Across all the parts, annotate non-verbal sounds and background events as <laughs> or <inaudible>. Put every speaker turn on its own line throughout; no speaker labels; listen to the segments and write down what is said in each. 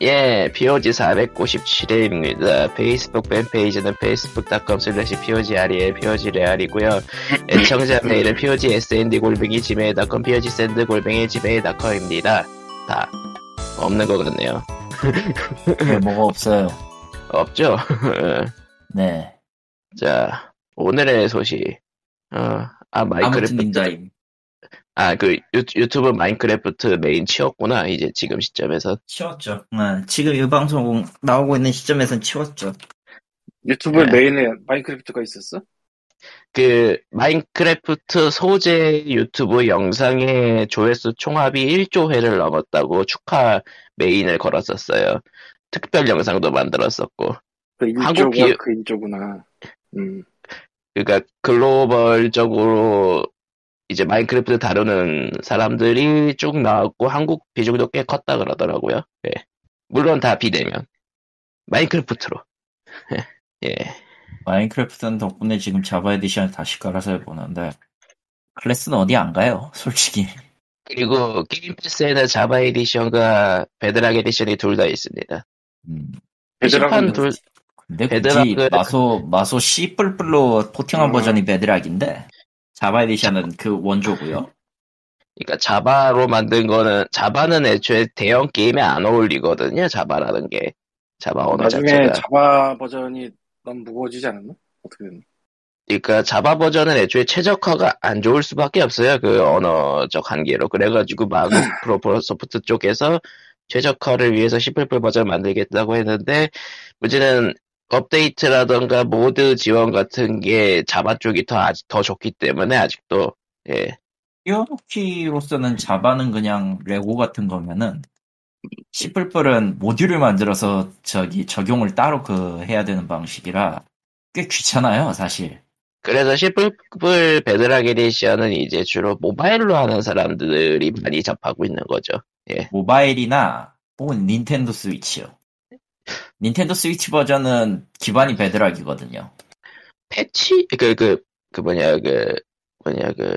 예, POG 497회입니다. 페이스북 팬페이지는 facebook.com slash POGREL, POGREAL이고요. 애청자 메일은 POGSND골뱅이 지메일.com, POGSND골뱅이 지메일.com입니다. 다. 없는 것 같네요.
네, 뭐가 없어요.
없죠? <laughs>
네.
자, 오늘의 소식. 어, 아,
아무튼
마인크래프트.
닌자임.
아, 그 유, 유튜브 마인크래프트 메인 치웠구나. 이제 지금 시점에서.
치웠죠. 네, 지금 이 방송 나오고 있는 시점에선 치웠죠.
유튜브
네.
메인에 마인크래프트가 있었어?
그 마인크래프트 소재 유튜브 영상의 조회수 총합이 1조 회를 넘었다고 축하 메인을 걸었었어요. 특별 영상도 만들었었고.
그
한국
인조가
기업-
그 인조구나. 음.
그러니까 글로벌적으로 이제 마인크래프트 다루는 사람들이 쭉 나왔고 한국 비중도 꽤 컸다 그러더라고요. 예. 물론 다 비대면 마인크래프트로. <laughs> 예.
마인크래프트는 덕분에 지금 자바 에디션을 다시 깔아서 해보는데, 클래스는 어디 안 가요, 솔직히.
그리고 게임 패스에는 자바 에디션과 배드락 에디션이 둘 다 있습니다.
음,
게시판
배드락은
둘
근데 굳이
배드락은-
마소, 마소 씨뿔뿔로 포팅한
음.
버전이 배드락인데, 자바 에디션은 그 원조고요
그러니까 자바로 만든 거는 자바는 애초에 대형 게임에 안 어울리거든요. 자바라는 게 자바 언어
나중에
자체가.
자바 버전이 너무 무거워지지 않았나? 어떻게 됐나?
그러니까 자바 버전은 애초에 최적화가 안 좋을 수밖에 없어요. 그 언어적 한계로. 그래가지고
<clears throat>
마구 프로소프트 쪽에서 최적화를 위해서 시플플 버전 만들겠다고 했는데 문제는 업데이트라던가 모드 지원 같은 게 자바 쪽이 더 아직 더 좋기 때문에 아직도 예.
띄워놓기로서는 자바는 그냥 레고 같은 거면은, 씨뿔뿔은 모듈을 만들어서 저기 적용을 따로 그 해야 되는 방식이라 꽤 귀찮아요, 사실.
그래서 시플플 배드락 에디션은 이제 주로 모바일로 하는 사람들이 많이 접하고 있는 거죠.
모바일이나 혹은 닌텐도 스위치요. 닌텐도 스위치 버전은 기반이 배드락이거든요.
패치 그 그 그 뭐냐 그 뭐냐 그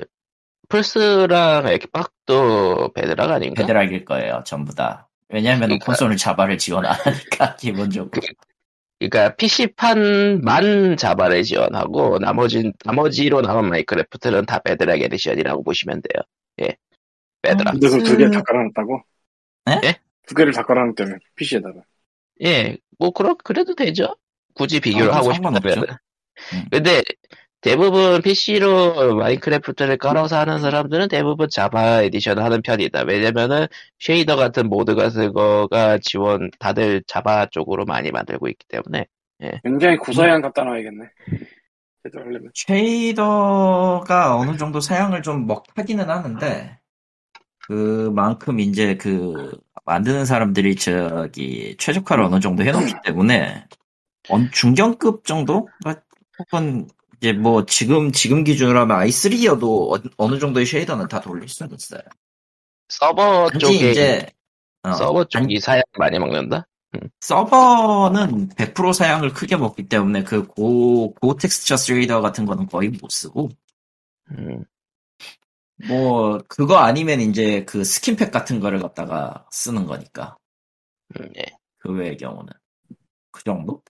플스랑 엑박도 배드락 아닌가?
배드락일 거예요, 전부 다. 왜냐하면
그러니까-
콘솔을 자바를 지원 안 하니까 <laughs> 기본적으로.
그러니까 PC 판만 자바를 지원하고 나머지 나머지로 남은 마이크래프트는 다 배드락 에디션이라고 보시면 돼요. 예, 배드락.
근데 그걸 두 개를 다 깔아놨다고?
에?
예?
두 개를 다 깔아놨다며, PC에다가.
예, 뭐 그러 그래도 되죠. 굳이 비교를
아,
하고
상관없죠.
싶다면.
음.
<laughs> 근데 대부분 PC로 마인크래프트를 깔아서 하는 사람들은 대부분 자바 에디션 하는 편이다. 왜냐면은 쉐이더 같은 모드 같은 거가 지원 다들 자바 쪽으로 많이 만들고 있기 때문에
굉장히
음.
고사양 갖다 놔야겠네. 그래도 하려면.
쉐이더가 어느 정도 사양을 좀 먹하기는 하는데 그만큼 이제 그 만드는 사람들이 저기 최적화를 어느 정도 해놓기 때문에 언- 중견급 정도 혹은 이제 뭐 지금 지금 기준으로 하면 i3여도 어, 느 정도의 쉐이더는 다 돌릴 수는 있어요.
서버
단지
쪽에
이제 어,
서버
단-
쪽이 사양 많이 먹는다.
서버는 100% 사양을 크게 먹기 때문에 그 고 고 텍스처 쉐이더 같은 거는 거의 못 쓰고
음,
뭐 그거 아니면 이제 그 스킨팩 같은 거를 갖다가 쓰는 거니까
음, 예.
그 외의 경우는 그 정도?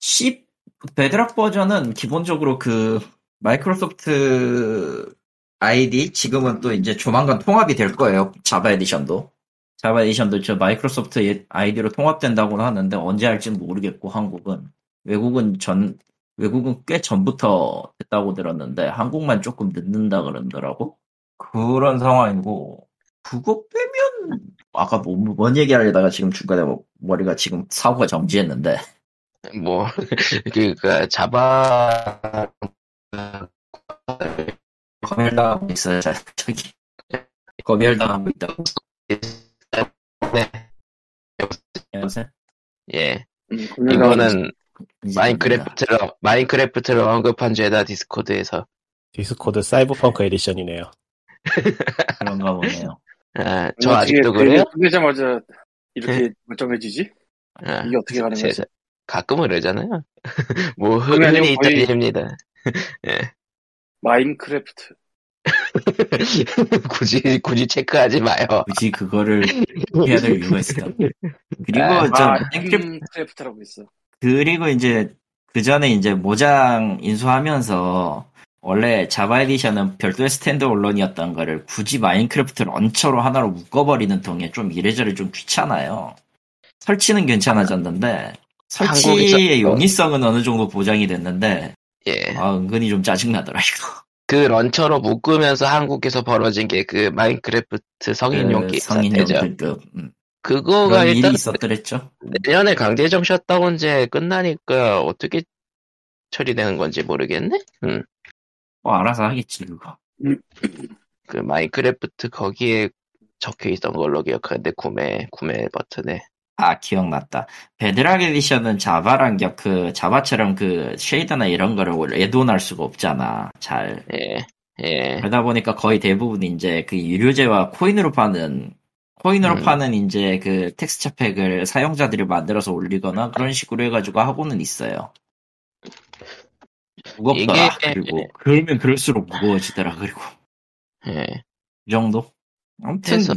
10 베드락 버전은 기본적으로 그 마이크로소프트 아이디 지금은 또 이제 조만간 통합이 될 거예요 자바 에디션도 자바 에디션도 저 마이크로소프트 아이디로 통합된다고는 하는데 언제 할지는 모르겠고 한국은 외국은 전 외국은 꽤 전부터 됐다고 들었는데 한국만 조금 늦는다 그러더라고 그런 상황이고 그거 빼면 아까 뭐, 뭔 얘기하려다가 지금 중간에 뭐- 머리가 지금 사고가 정지했는데
뭐 <laughs> 그러니까 자바
<laughs> 검열당하고 있어요 자- 저기 검열당하고 있다고
네.
요새
예
음,
이거는
이제 됩니다.
마인크래프트로 마인크래프트로 언급한 죄다 디스코드에서
디스코드 사이버펑크 에디션이네요.
그런가 보네요
아, 저
뭐
아직도 그래요? 네.
끝내자마자 이렇게 멀쩡해지지?
아,
이게 어떻게 가는 거지?
세상- 가끔은 그러잖아요. <laughs> 뭐 흔-
그러면은
흔히 있던
거의-
일입니다.
마인크래프트.
<laughs> 굳이 굳이 체크하지 마요.
굳이 <laughs> 그거를 해야 될 이유가 있을까. 그리고
아,
저
아,
앵크립-
음, 크래프트라고 있어.
그리고 이제 그 전에 이제 모장 인수하면서 원래 자바 에디션은 별도의 스탠드 언론이었던 거를 굳이 마인크래프트 런처로 하나로 묶어버리는 통에 좀 이래저래 좀 귀찮아요. 설치는 괜찮아졌는데 설치의
한국에서-
용이성은 어느 정도 보장이 됐는데
<laughs> 예.
아, 은근히 좀 짜증나더라 이거.
그 런처로 묶으면서 한국에서 벌어진 게 그 마인크래프트 성인용
그
게임
성인용
사태죠.
등급 음.
그거가
그런 일이
일단
있었더랬죠.
내년에 강제정 셧다운 제 끝나니까 어떻게 처리되는 건지 모르겠네. 음.
뭐 알아서 하겠지 그거.
그 마인크래프트 거기에 적혀 있던 걸로 기억하는데 구매 구매 버튼에
아, 기억났다. 베드락 에디션은 자바랑 겹, 그, 자바처럼 그, 쉐이더나 이런 거를 원래 애돈할 수가 없잖아. 잘.
예. 예.
그러다 보니까 거의 대부분 이제 그 유료제와 코인으로 파는, 코인으로
음.
파는 이제 그 텍스처 팩을 사용자들이 만들어서 올리거나 그런 식으로 해가지고 하고는 있어요. 무겁더라.
이게-
그리고, 그러면 그럴수록 무거워지더라. 그리고,
예.
이 정도? 아무튼,
그래서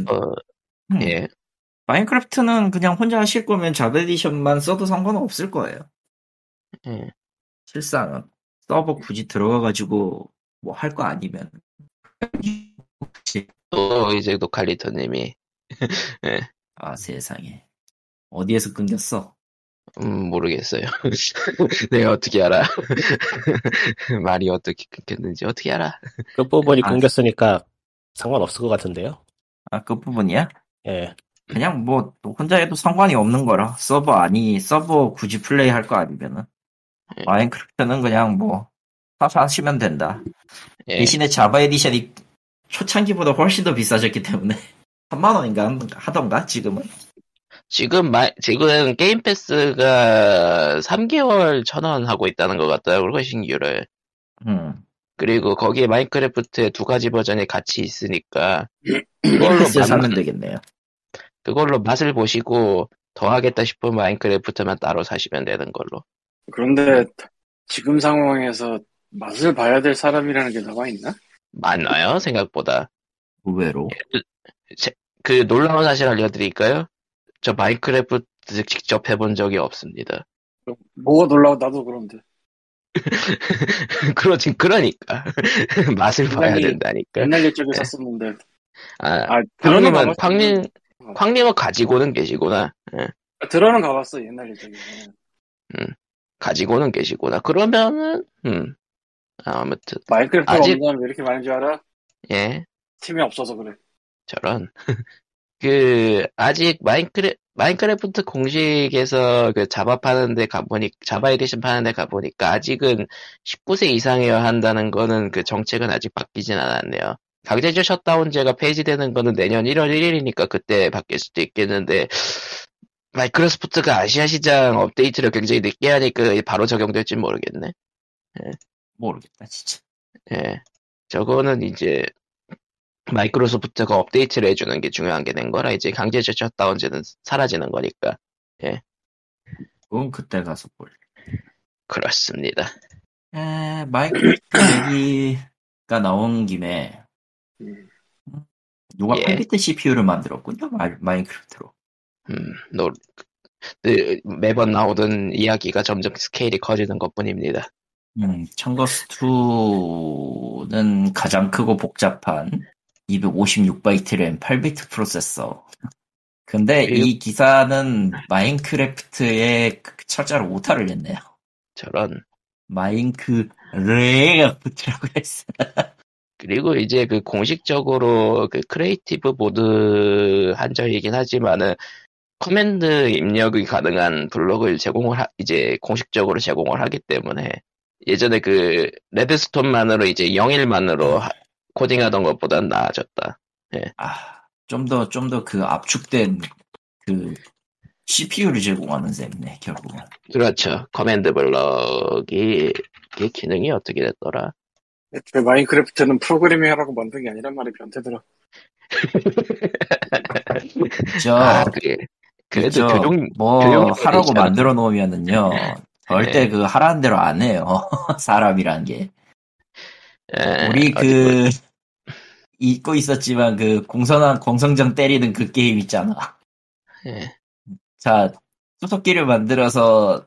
음,
예.
마인크래프트는 그냥 혼자 하실 거면 자바 에디션만 써도 상관은 없을 거예요.
예.
실상은 서버 굳이 들어가가지고 뭐 할 거 아니면
또 이제 노칼리터 님이
아 세상에 어디에서 끊겼어?
음, 모르겠어요. <laughs> 내가 어떻게 알아? <laughs> 말이 어떻게 끊겼는지 어떻게 알아?
끝부분이
아.
끊겼으니까 상관없을 것 같은데요?
아 그 부분이야?
예.
그냥 뭐 혼자 해도 상관이 없는 거라 서버 아니 서버 굳이 플레이 할 거 아니면은
예.
마인크래프트는 그냥 뭐 사서 하시면 된다.
예.
대신에 자바 에디션이 초창기보다 훨씬 더 비싸졌기 때문에 <laughs> 3만 원인가 하던가 지금은
지금 마, 지금 게임 패스가 3개월 1,000원 하고 있다는 것 같더라고요, 그 신규를.
음. <clears throat>
그리고 거기에 마인크래프트의 두 가지 버전이 같이 있으니까 그걸로
그걸로 사면
만-
되겠네요.
그걸로 맛을 보시고 더 하겠다 싶은 마인크래프트만 따로 사시면 되는 걸로.
그런데 지금 상황에서 맛을 봐야 될 사람이라는 게 나와 있나?
많아요, 생각보다.
의외로
그 놀라운 사실 알려드릴까요? 저 마인크래프트 직접 해본 적이 없습니다. <laughs>
뭐가 놀라워 나도 그런데.
그러, 그러니까. <laughs> 맛을 봐야
굉장히
된다니까.
옛날 옛적에 샀었는데.
그 예. 아,
아
광님은,
들어는 가봤어.
광님, 광님은 가지고는 계시구나. 예,
들어는 아, 가봤어 옛날 옛적에.
가지고는 계시구나. 그러면은, 음. 아무튼,
마인크래프트 가
아직-
없는 사람 왜 이렇게 많은 줄 알아?
예,
팀이 없어서 그래.
저런. <laughs> 그, 아직 마인크래, 마인크래프트 공식에서 그 자바 파는데 가보니, 자바 에디션 파는데 가보니까 아직은 19세 이상이어야 한다는 거는 그 정책은 아직 바뀌진 않았네요. 강제적 셧다운제가 폐지되는 거는 내년 1월 1일이니까 그때 바뀔 수도 있겠는데, 마이크로소프트가 아시아 시장 업데이트를 굉장히 늦게 하니까 바로 적용될지 모르겠네.
모르겠다 진짜.
예. 저거는 이제 마이크로소프트가 업데이트를 해주는 게 중요한 게 된 거라 이제 강제적 셧다운제는 사라지는 거니까
그건 그때 가서 볼.
그렇습니다.
에, 마이크래프트 <clears throat> 얘기가 나온 김에
음.
누가
예.
컴퓨터 CPU를 만들었군요 마, 마인크래프트로.
음, 노, 그, 매번 나오던 이야기가 점점 스케일이 커지는 것뿐입니다.
음, 청거스2는 가장 크고 복잡한 256바이트 램 8비트 프로세서. 근데 이 기사는 마인크래프트의 철자로 오타를 냈네요.
저런.
마인크래프트라고 했어.
그리고 이제 그 공식적으로 그 크리에이티브 보드 한자이긴 하지만은 커맨드 입력이 가능한 블록을 제공을 하- 이제 공식적으로 제공을 하기 때문에 예전에 그 레드스톤만으로 이제 0일만으로 코딩하던 것보단 나아졌다.
아, 좀 더, 좀 더 그 압축된 그 CPU를 제공하는 셈이네, 결국은.
그렇죠. 커맨드 블록이 그 기능이 어떻게 됐더라?
애초에 마인크래프트는 프로그래밍 하라고 만든 게 아니란 말이 변태더라.
저,
아, 그게 그래도
저,
교정
뭐,
교정
하라고
있잖아. 네.
만들어 놓으면은요, 절대 그 하라는 대로 <laughs> 안 해요. 사람이란 게.
에,
우리
예, 어디 뭐,
그, 잊고 있었지만 그 공선한 공성장 때리는 그 게임 있잖아.
예.
자, 수석기를 만들어서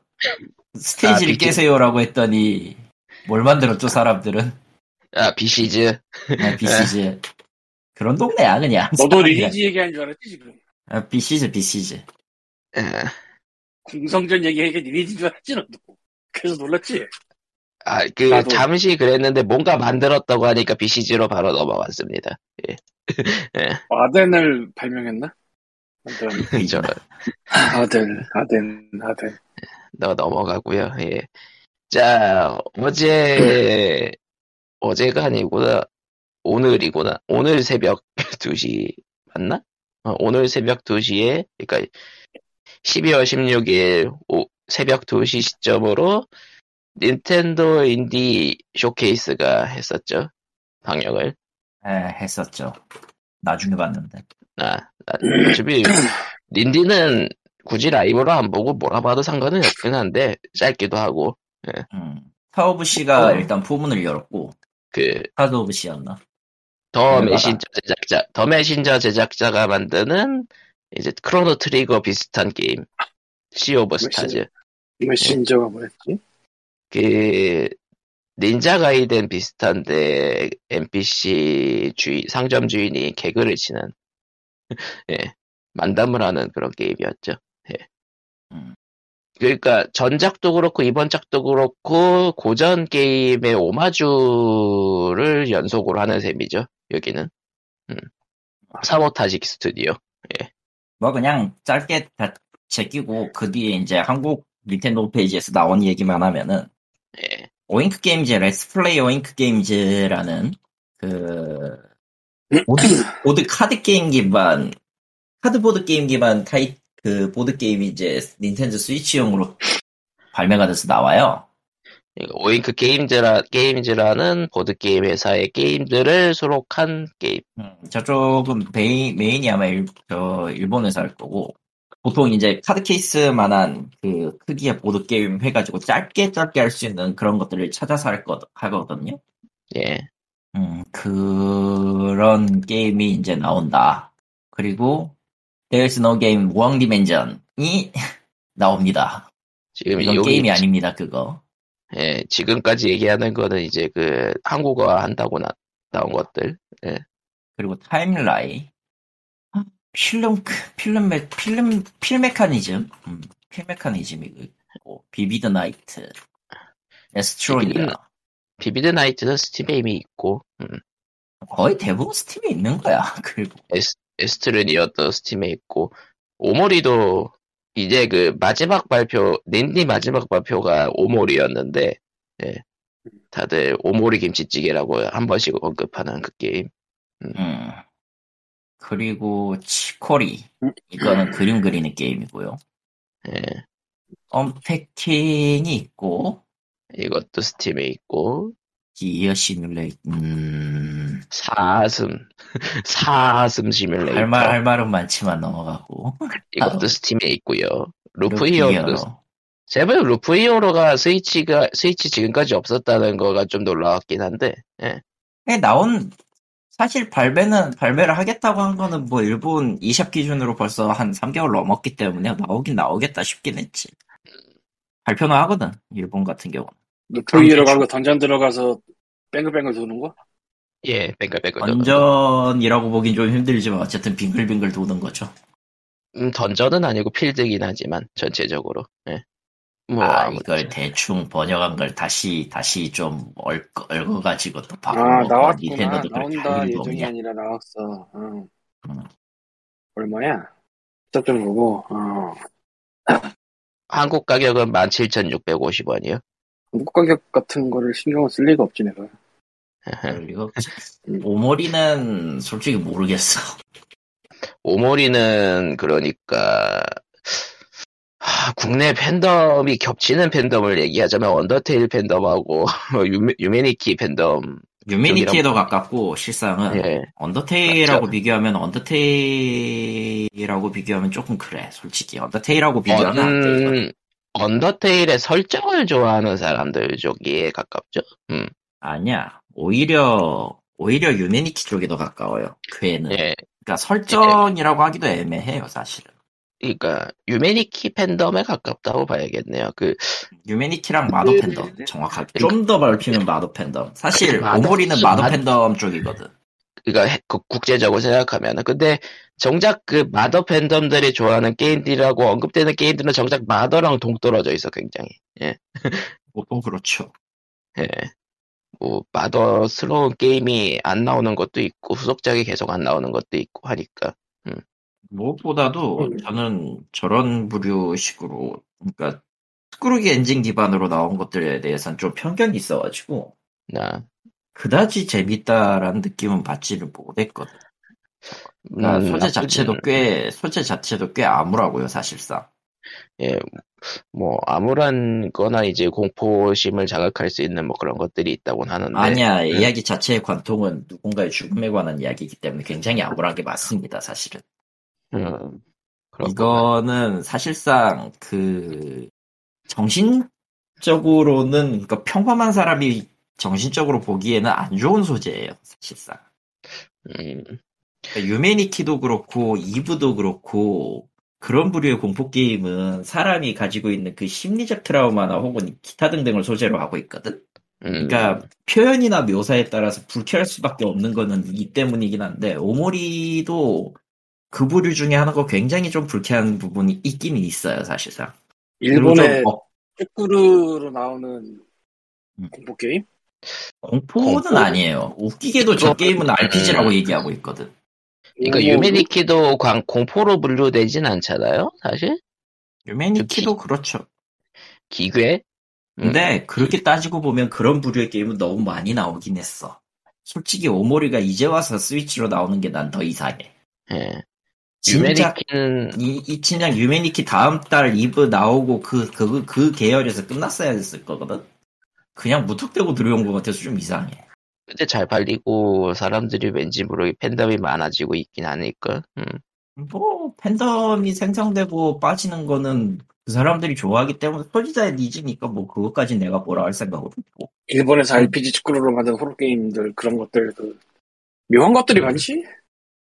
스테이지를
아, 비키-
깨세요라고 했더니 뭘 만들었죠 사람들은?
아, 비시즈.
그냥 BCG. 아, 그런 동네야 그냥.
예. 너도 리니지 얘기하는 줄 알았지 지금.
아, BCG BCG.
예.
궁성전 얘기하니까 리니지인 줄 알았지 너도. 그래서 놀랐지.
아, 그,
나도.
잠시 그랬는데 뭔가 만들었다고 하니까 BCG로 바로
<laughs>
넘어왔습니다.
어, 아덴을 발명했나? 아덴,
저런,
아덴, 아덴, 아덴.
너 넘어가고요 예. 자,
<laughs>
어제, 어제가 아니구나. 오늘이구나. 오늘 새벽 <laughs> 2시, 맞나? 어, 오늘 새벽 2시에, 그러니까 12월 16일 오- 새벽 2시 시점으로 닌텐도 인디 쇼케이스가 했었죠. 방영을.
예, 했었죠. 나중에 봤는데.
아, 나- 어차피 닌디는 굳이 라이브로 안 보고 뭐라 봐도 상관은 없긴 한데 짧기도 하고
음. 타오브 씨가
어.
일단 포문을 열었고
그
카드 오브 씨였나?
더
네, 맞아.
메신저 제작자 더 메신저 제작자가 만드는 이제 크로노 트리거 비슷한 게임 시 오브 스타즈 예.
메신저가 뭐였지?
그 닌자 가이덴 비슷한데 NPC 주인 상점 주인이 개그를 치는 <laughs> 예 만담을 하는 그런 게임이었죠. 예.
음.
그러니까 전작도 그렇고 이번 작도 그렇고 고전 게임의 오마주를 연속으로 하는 셈이죠. 여기는 음. 사모타직 스튜디오.
뭐 그냥 짧게 다 제끼고 그 뒤에 이제 한국 닌텐도 홈페이지에서 나온 얘기만 하면은
예.
오잉크 게임즈 레스플레이 오잉크 게임즈라는 그 보드, 보드 카드 게임 기반 카드보드 게임 기반 타입 그 보드 게임이 이제 닌텐도 스위치용으로 발매가 돼서 나와요.
이거 그러니까 오잉크 그 게임즈라 게임즈라는 보드 게임 회사의 게임들을 수록한 게임.
음, 저쪽은 메인, 메인이 아마 일, 저 일본 회사일 거고 보통 이제 카드 케이스만한 그 크기의 보드 게임 해가지고 짧게 짧게 할 수 있는 그런 것들을 찾아서 할 거, 하거든요.
예.
음, 그런 게임이 이제 나온다. 그리고 There's No Game 무항 디멘전이 <laughs> 나옵니다.
지금
이건
여기
게임이 아닙니다. 그거.
예, 지금까지 얘기하는 거는 이제 그 한국어 한다고 나, 나온 것들.
그리고 타임라이 아, 필름 크- 필름 메 필름 필 메커니즘 음, 필 메커니즘이 있고 비비드 나이트 에스트로니아
비비드 비비드 나이트는 스팀에 이미 있고, 음,
거의 대부분 스팀에 있는 거야 <laughs> 그리고
에스트르니어도 스팀에 있고, 오모리도 이제 그 마지막 발표, 닌디 마지막 발표가 오모리였는데, 예, 다들 오모리 김치찌개라고 한 번씩 언급하는 그 게임.
음 그리고 치코리
음.
이거는 그림 그리는 게임이고요
예,
언패킹이 있고
이것도 스팀에 있고,
기어 시뮬레이터 음,
사슴, <laughs> 사슴 시뮬레이터.
할 말 할 말은 많지만 넘어가고
이것도 스팀에 있고요. 루프
루피
히어로도
히어로.
제발 루프 히어로가 스위치가 스위치 지금까지 없었다는 거가 좀 놀라웠긴 한데 예.
예, 나온 사실 발매는 발매를 하겠다고 한 거는 뭐 일본 이샵 기준으로 벌써 한 3개월 넘었기 때문에 나오긴 나오겠다 싶긴 했지. 발표는 하거든 일본 같은 경우.
루프이로 가고 던전 들어가서 뱅글뱅글 도는 거?
예, 뱅글뱅글 던전.
완전이라고 보긴 좀 힘들지만 어쨌든 빙글빙글 도는 거죠.
음, 던전은 아니고 필드긴 하지만 전체적으로 예. 뭐
아
아무튼
이걸 대충 번역한 걸 다시 다시 좀 얽어, 가지고 또 바꾼
아,
거고
나왔구나.
닌텐도도 그렇게
나온다.
할 일도
예정이
없냐.
아니라 나왔어. 응.
음.
얼마야? 직접 좀 보고, 어.
한국 가격은 17,650원이요.
한국 가격 같은 거를 신경을 쓸 리가 없지, 내가.
네. 예.
그리고 오모리는 솔직히 모르겠어.
오모리는 그러니까 하, 국내 팬덤이 겹치는 팬덤을 얘기하자면 언더테일 팬덤하고 <laughs> 뭐, 유메- 유메니키 팬덤
유미니티에도 가깝고 실상은
예.
언더테일하고
맞죠.
비교하면 언더테일하고 비교하면 조금 그래 솔직히 언더테일하고 비교하면 안 돼. 이건.
음, 언, 언더테일의 설정을 좋아하는 사람들 쪽에 가깝죠.
아니야 오히려 오히려 유니티 쪽이 더 가까워요. 괴는.
예.
그러니까 설정이라고 하기도 애매해요, 사실은.
그러니까 유메니키 팬덤에 가깝다고 봐야겠네요. 그
유메니티랑 마더 팬덤 정확하게 예, 좀 더 넓히면 마더 팬덤 사실
마더-
오모리는 마더
마더-
팬덤 쪽이거든
그러니까 해- 그 국제적으로 생각하면은 근데 정작 그 마더 팬덤들이 좋아하는 게임들이라고 언급되는 게임들은 정작 마더랑 동떨어져 있어 굉장히.
보통 그렇죠
예. 뭐 마더스러운 게임이 안 나오는 것도 있고 후속작이 계속 안 나오는 것도 있고 하니까
무엇보다도
음.
저는 저런 부류식으로 그러니까 스크루기 엔진 기반으로 나온 것들에 대해서는 좀 편견이 있어가지고
나
그다지 재밌다라는 느낌은 받지를 못했거든 그러니까
음,
소재
나쁘지는-
자체도 꽤 소재 자체도 꽤 암울하고요 사실상
예, 뭐 아무런 거나 이제 공포심을 자극할 수 있는 뭐 그런 것들이 있다곤 하는데
아니야
음.
이야기 자체의 관통은 누군가의 죽음에 관한 이야기이기 때문에 굉장히 암울한 게 맞습니다 사실은
음, 그렇구나.
이거는 사실상 그 정신적으로는 그러니까 평범한 사람이 정신적으로 보기에는 안 좋은 소재예요 사실상
음,
그러니까 유메니티도 그렇고 이브도 그렇고 그런 부류의 공포 게임은 사람이 가지고 있는 그 심리적 트라우마나 혹은 기타 등등을 소재로 하고 있거든
음,
그러니까 표현이나 묘사에 따라서 불쾌할 수밖에 없는 거는 이 때문이긴 한데 오모리도 그 부류 중에 하나가 굉장히 좀 불쾌한 부분이 있긴 있어요 사실상. 그리고
일본의
좀 어,
축구르로 나오는
음.
공포 게임?
공포는
공포?
아니에요. 웃기게도 저
그거-
게임은 RPG라고 얘기하고 있거든.
그러니까
뭐,
유메니키도 광, 공포로 분류되진 않잖아요 사실
유메니티도 그렇죠.
기괴 음,
근데 그렇게 따지고 보면 그런 부류의 게임은 너무 많이 나오긴 했어. 솔직히 오모리가 이제 와서 스위치로 나오는 게 난 더 이상해.
예.
진짜
유메니키는
이, 이 친양 유메니키 다음 달 이브 나오고 그, 그, 그 계열에서 끝났어야 됐을 거거든? 그냥 무턱대고 들어온 것 같아서 좀 이상해.
근데 잘 팔리고 사람들이 왠지 모르게 팬덤이 많아지고 있긴 하니까 음,
뭐, 팬덤이 생성되고 빠지는 거는 그 사람들이 좋아하기 때문에 소지자의 니즈니까 뭐 그것까지 내가 뭐라 할 생각은 없고.
일본에서 RPG 축구르로 만든 호러 게임들 그런 것들 그 묘한 것들이 많지?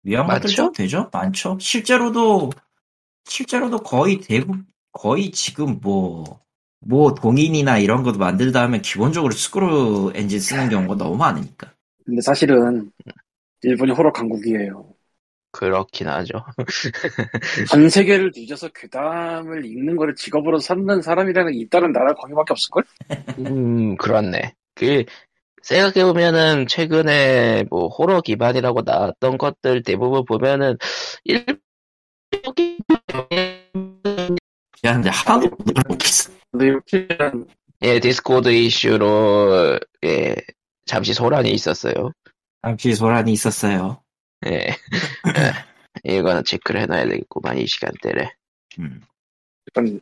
위안 받을
많죠?
좀 되죠? 많죠? 실제로도, 실제로도 거의 대부분, 거의 지금 뭐, 뭐 동인이나 이런 것도 만들다 하면 기본적으로 스크루 엔진 쓰는 경우가 너무 많으니까.
근데 사실은 일본이 호러 강국이에요.
그렇긴 하죠
전 세계를 뒤져서 괴담을 읽는 거를 직업으로 삼는 사람이라는 게 있다는 나라 거기밖에 없을걸?
음 그렇네 그 생각해보면은 최근에 뭐 호러 기반이라고 나왔던 것들 대부분 보면은 일
야, 근데 하나도 못알아보겠어
근데 이렇게 하면
예, 디스코드 이슈로 예, 잠시 소란이 있었어요.
잠시 소란이 있었어요.
예. <laughs> 이거는 체크를 해놔야 되겠구만, 이 시간대래.
음.
일단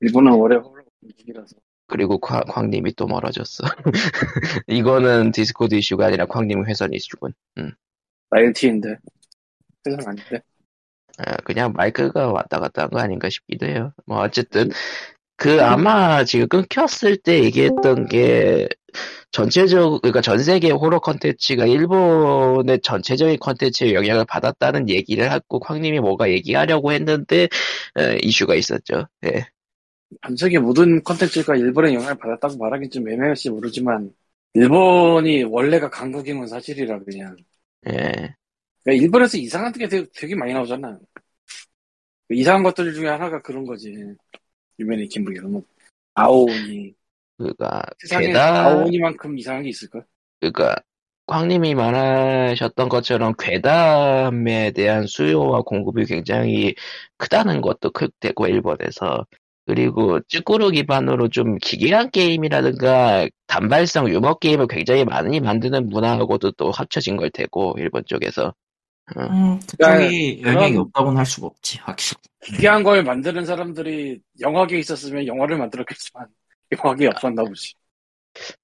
일본은 올해 호러 강국이라서
그리고 광, 광님이 또 멀어졌어. <laughs> 이거는 디스코드 이슈가 아니라 광님 회선 이슈군.
나일티인데 세상 아닌데
아, 그냥 마이크가 왔다 갔다 한 거 아닌가 싶기도 해요. 뭐,
음.
어쨌든, 그 아마 지금 끊겼을 때 얘기했던 게 전체적, 그러니까 전 세계 호러 컨텐츠가 일본의 전체적인 컨텐츠에 영향을 받았다는 얘기를 하고 광님이 뭐가 얘기하려고 했는데 에, 이슈가 있었죠. 예.
전 세계 모든 컨텐츠가 일본의 영향을 받았다고 말하기 좀 애매할지 모르지만 일본이 원래가 강국인 건 사실이라 그냥
예.
그러니까 일본에서 이상한 게 되게, 되게 많이 나오잖아. 그 이상한 것들 중에 하나가 그런 거지. 유명해 김부기 뭐 아오니
그니까
세상에
괴담,
아오니만큼 이상한 게 있을까?
그니까 광님이 그러니까 말하셨던 것처럼 괴담에 대한 수요와 공급이 굉장히 크다는 것도 크, 되고 일본에서 그리고 쭈꾸루 기반으로 좀 기괴한 게임이라든가 단발성 유머 게임을 굉장히 많이 만드는 문화하고도 또 합쳐진 걸 테고 일본 쪽에서
음, 그쪽이
그런-
영향이 없다고는 할 수가 없지, 확실히.
기괴한 걸 만드는 사람들이 영화계에 있었으면 영화를 만들었겠지만 영화계에 없었나 보지.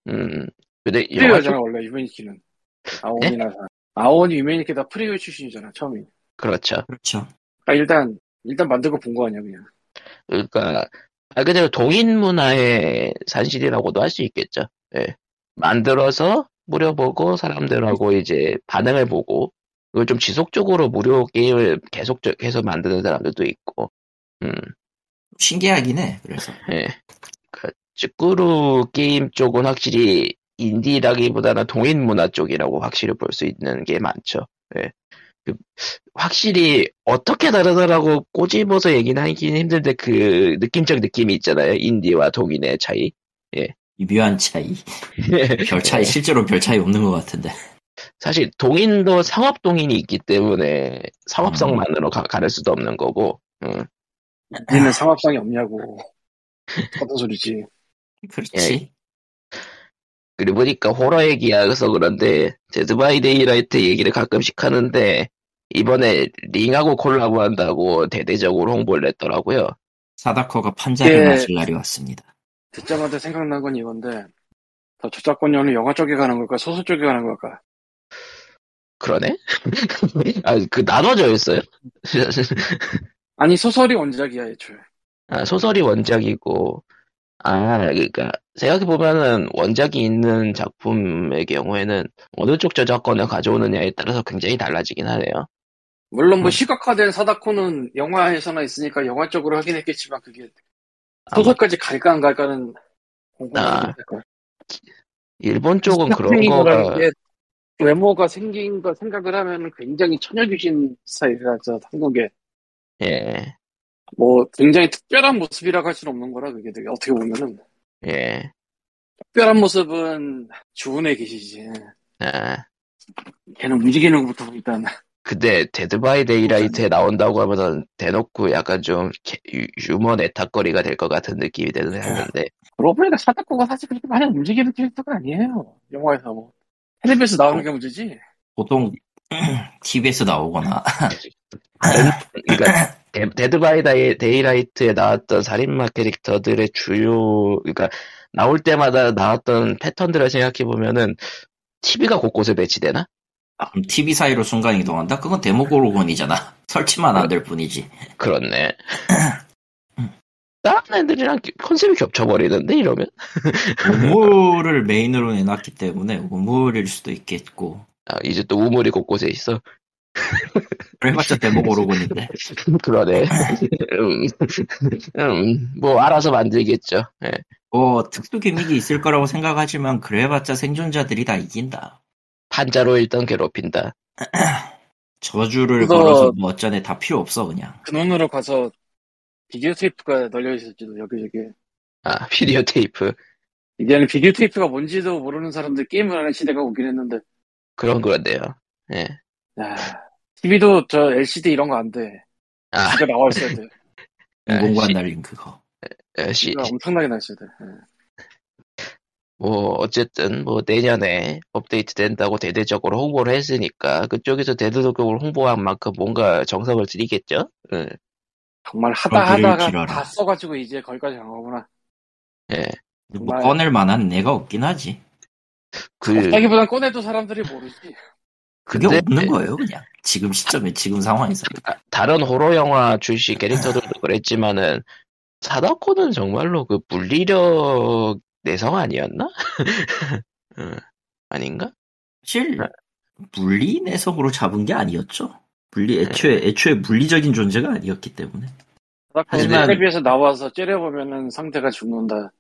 음 근데 영화 쪽-
프리오잖아 원래 유메니키는
네?
아오니나 다. 아오니 유메니키 다 프리오 출신이잖아 처음이.
그렇죠
그렇죠.
그러니까 일단 일단 만들고 본 거 아니야 그냥.
그러니까 말 그대로 동인 문화의 산실이라고도 할 수 있겠죠. 예. 만들어서 뿌려보고 사람들하고 이제 반응을 보고 그걸 좀 지속적으로 무료 게임을 계속 해서 만드는 사람들도 있고 음,
신기하긴 해. 그래서
직구로 게임 쪽은 확실히 인디라기보다는 동인 문화 쪽이라고 확실히 볼 수 있는 게 많죠. 예. 그, 확실히 어떻게 다르다라고 꼬집어서 얘기는 하긴 힘든데 그 느낌적 느낌이 있잖아요. 인디와 동인의 차이.
이 묘한 차이. 별 차이 실제로 별 차이 없는 것 같은데.
사실 동인도 상업 동인이 있기 때문에 상업성만으로 가, 가를 수도 없는 거고. 음. <laughs>
얘는 상업성이 없냐고. 어떤 소리지?
그렇지.
그리고 보니까 호러 얘기여서 그런데 데드 바이 데이라이트 얘기를 가끔씩 하는데 이번에 링하고 콜라보한다고 대대적으로 홍보를 했더라고요.
사다커가 판자를
예.
맞을 날이 왔습니다.
듣자마자 생각난 건 이건데, 더 저작권료는 영화 쪽에 가는 걸까, 소설 쪽에 가는 걸까?
그러네? <laughs> 아, 그 나눠져 있어요? <laughs>
아니, 소설이 원작이야, 애초에.
아, 소설이 원작이고 아 그러니까 생각해 보면은 원작이 있는 작품의 경우에는 어느 쪽 저작권을 가져오느냐에 따라서 굉장히 달라지긴 하네요.
물론 뭐
음.
시각화된 사다코는 영화에서나 있으니까 영화 쪽으로 하긴 했겠지만 그게
아마
소설까지 갈까 안 갈까는 공부가
아, 일본 쪽은 그런 거가 예.
게 외모가 생긴 거 생각을 하면 굉장히 천여 귀신 스타일이라서 한국에
예.
뭐 굉장히 특별한 모습이라고 할 수는 없는 거라 그게 되게 어떻게 보면은
예.
특별한 모습은 주은에 계시지
아.
걔는 움직이는 것부터 일단
근데 데드 바이 데이라이트에 나온다고 하면은 대놓고 약간 좀 개- 유- 유머 내탁거리가 될 것 같은 느낌이 드는 하는데
그러고 보니까 사다코가 사실 그렇게 많이 움직이는 캐릭터가 아니에요 영화에서 뭐 텔레비에서 나오는 게 문제지
보통 <clears throat> TV에서 나오거나
그러니까 데- 데드 바이 다이- 데이라이트에 나왔던 살인마 캐릭터들의 주요 그러니까 나올 때마다 나왔던 패턴들을 생각해 보면은 TV가 곳곳에 배치되나?
TV 사이로 순간 이동한다? 그건 데모고로곤이잖아. <laughs> 설치만 안 될 뿐이지.
그렇네. 다른 애들이랑 컨셉이 겹쳐버리는데 이러면
우물을 메인으로 내놨기 때문에 우물일 수도 있겠고.
아, 이제 또 우물이 곳곳에 있어.
그래봤자 데모고로곤인데.
<laughs> 그러네. 음, 음, 뭐 알아서 만들겠죠. 예.
뭐 특수 기믹이 있을 거라고 생각하지만 그래봤자 생존자들이 다 이긴다.
판자로 일단 괴롭힌다.
저주를
그거-
걸어서 뭐 어쩌네 다 필요 없어 그냥.
근원으로 가서 비디오 테이프가 널려 있을지도 여기저기
아 비디오 테이프
이제는 비디오 테이프가 뭔지도 모르는 사람들 게임을 하는 시대가 오긴 했는데
그런 거였네요. 예.
야, TV도 저 LCD 이런 거 안돼
아
진짜 나와 있어야 돼
인공관
시-
날린 그거.
예, 시,
진짜
시-
엄청나게 나와 있어야 돼 예.
뭐 어쨌든 뭐 내년에 업데이트 된다고 대대적으로 홍보를 했으니까 그쪽에서 대대적으로 홍보한 만큼 뭔가 정성을 들이겠죠. 예.
정말 하다
저기를
하다가
길어라.
다 써가지고 이제 거기까지 간 거구나
예.
뭐
정말.
꺼낼 만한 애가 없긴 하지.
그
자기보단 꺼내도 사람들이 모르지
그게
근데-
없는 거예요 그냥. 지금 시점에 지금 상황에서.
아, 다른 호러 영화 출시 캐릭터들도 그랬지만은 사다코는 정말로 그 물리력 내성 아니었나? <laughs> 응. 아닌가?
사실 물리 내성으로 잡은 게 아니었죠. 물리 애초에 애초에 물리적인 존재가 아니었기 때문에. 하지만-
텔레비에서 나와서 째려보면은 상대가 죽는다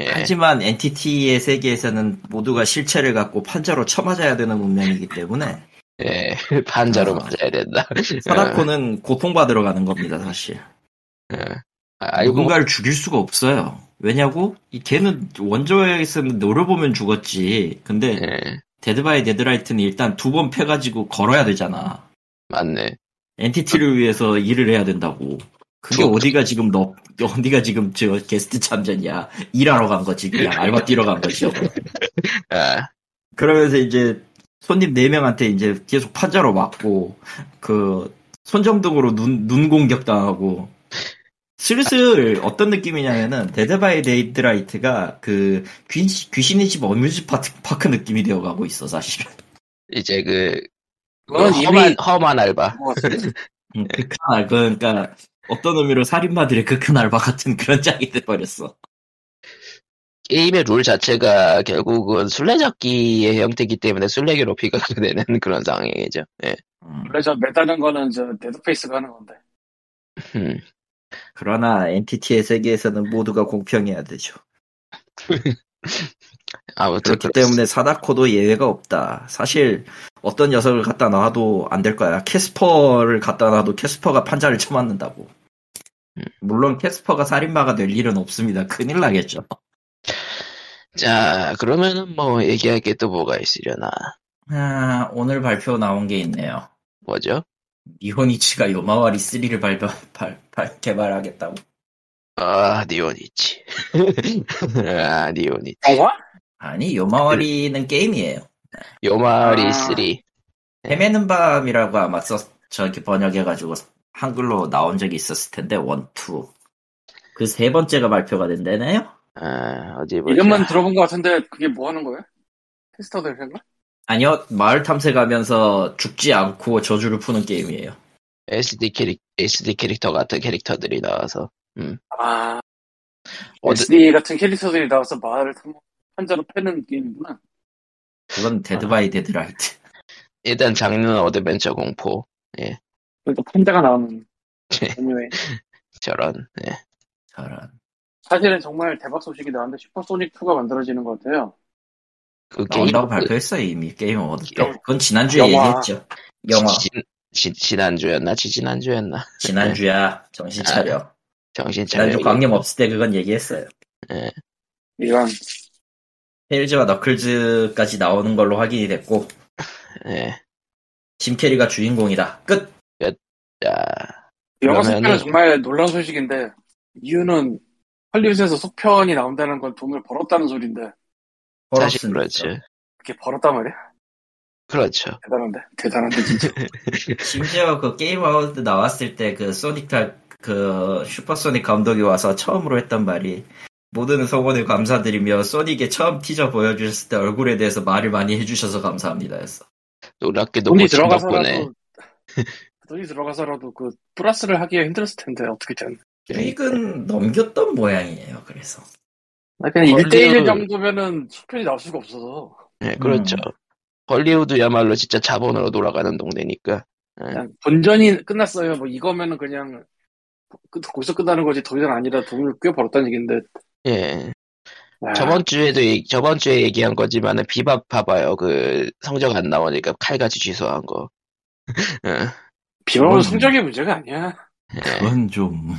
예.
하지만 엔티티의 세계에서는 모두가 실체를 갖고 판자로 쳐맞아야 되는 운명이기 때문에
예. <laughs> 반자로
아.
맞아야 된다.
사다코는 고통받으러 가는 겁니다 사실.
예. 아, 알고 보면
누군가를 죽일 수가 없어요. 왜냐고? 이 걔는 원조에서는 노려보면 죽었지. 근데
예.
데드 바이 데드라이트는 일단 두 번 패가지고 걸어야 되잖아.
맞네.
엔티티를 위해서 일을 해야 된다고. 그게
두-
어디가 지금 너 어디가 지금 저 게스트 참전이야. 일하러 간 거지 그냥 알바 뛰러 간 거지.
아,
그러면서 이제 손님 네명한테 이제 계속 판자로 맞고 그 손전등으로 눈, 눈 공격 당하고 슬슬 어떤 느낌이냐면은 데드 바이 데이드라이트가 그 귀, 귀신의 집 어뮤즈 파크, 파크 느낌이 되어가고 있어 사실
이제 그
그건
험한
이미
험한 알바.
뭐 같은데.
음, 극한 알바 그 <laughs> 그러니까 어떤 의미로 살인마들의 극한 알바 같은 그런 짝이 돼버렸어
게임의 룰 자체가 결국은 술래잡기의 형태이기 때문에 술래기 높이가 <laughs> 되는 그런 상황이죠. 예.
음.
원래 저 매다는 거는 저 데드페이스가 하는 건데.
음.
그러나 엔티티의 세계에서는 모두가 공평해야 되죠.
아무튼
그렇기 때문에 사다코도 예외가 없다. 사실 어떤 녀석을 갖다 놔도 안 될 거야. 캐스퍼를 갖다 놔도 캐스퍼가 판자를 쳐맞는다고.
음.
물론 캐스퍼가 살인마가 될 일은 없습니다. 큰일 나겠죠.
자 그러면은 뭐 얘기할 게 또 뭐가 있으려나
아, 오늘 발표 나온 게 있네요.
뭐죠?
니혼이치가 요마와리 3를 발표, 발, 발- 개발하겠다고.
아 니오니치. <laughs> 아 니오니.
영화?
아니, 요마와리는 게임이에요.
요마리
아.
3.
네. 헤매는 밤이라고 아마 써, 저기 번역해가지고 한글로 나온 적이 있었을 텐데, 원, 투. 그 세 번째가 발표가 된다네요?
아 어디 보자.
이름만 들어본 것 같은데 그게 뭐 하는 거예요? 테스터들 생가?
아니요, 마을 탐색하면서 죽지 않고 저주를 푸는 게임이에요.
SD 캐릭 SD 캐릭터 같은 캐릭터들이 나와서
아,
어디-
SD 같은 캐릭터들이 나와서 마을을 탐험, 환자로 패는 게임이구나.
그건
아.
데드 바이 데드라이트.
일단 장르는 어드벤처 공포
그러니까 판자가 나오는 종류의.
저런. 예.
저런.
사실은 정말 대박 소식이 나왔는데 슈퍼소닉2가 만들어지는 것 같아요.
그 게임
나온다고 발표했어요, 이미. 게임 어디.
영화.
그건 지난주에
영화.
얘기했죠. 영화.
그 지, 난주였나 지지난주였나? 아, 네.
지난주야, 정신 차려.
정신 차려.
지난주 뭐 광염 없을 때 그건 얘기했어요.
이런
테일즈와 너클즈까지 나오는 걸로 확인이 됐고,
예.
짐 캐리가 주인공이다. 끝!
자,
영화
그러면은-
속편은 정말 놀라운 소식인데 이유는 헐리우드에서 속편이 나온다는 건 돈을 벌었다는 소리인데
사실
벌었으니까.
그렇죠.
그게 벌었단 말이야?
그렇죠.
대단한데 대단한데
<laughs>
진짜
심지어 그 게임 아워드 나왔을 때 그 소닉 탈그 슈퍼소닉 감독이 와서 처음으로 했던 말이 모든 성원을 감사드리며 소닉의 처음 티저 보여주셨을 때 얼굴에 대해서 말을 많이 해주셔서 감사합니다 했어.
놀랍게도
돈이
고친 덕분에
들어가서라도
그
<laughs> 돈이 들어가서라도 그 플러스를 하기가 힘들었을 텐데 어떻게든
예.
예. 최근 넘겼던 모양이에요. 그래서
아, 그냥
헐리우드-
1대1 정도면은 속편이 나올 수가 없어서
음.
예, 그렇죠. 헐리우드야말로 진짜 자본으로 돌아가는 동네니까.
그냥 본전이 끝났어요 뭐 이거면은 그냥 끝, 거기서 끝나는 거지 더 이상 아니라 돈을 꽤 벌었다는 얘기인데
예.
아,
저번 주에도 얘기- 저번 주에 얘기한 거지만은 비밥 봐봐요. 그 성적 안 나오니까 칼같이 취소한 거. <laughs> 예.
비방은
그건-
성적의 문제가 아니야
그건 좀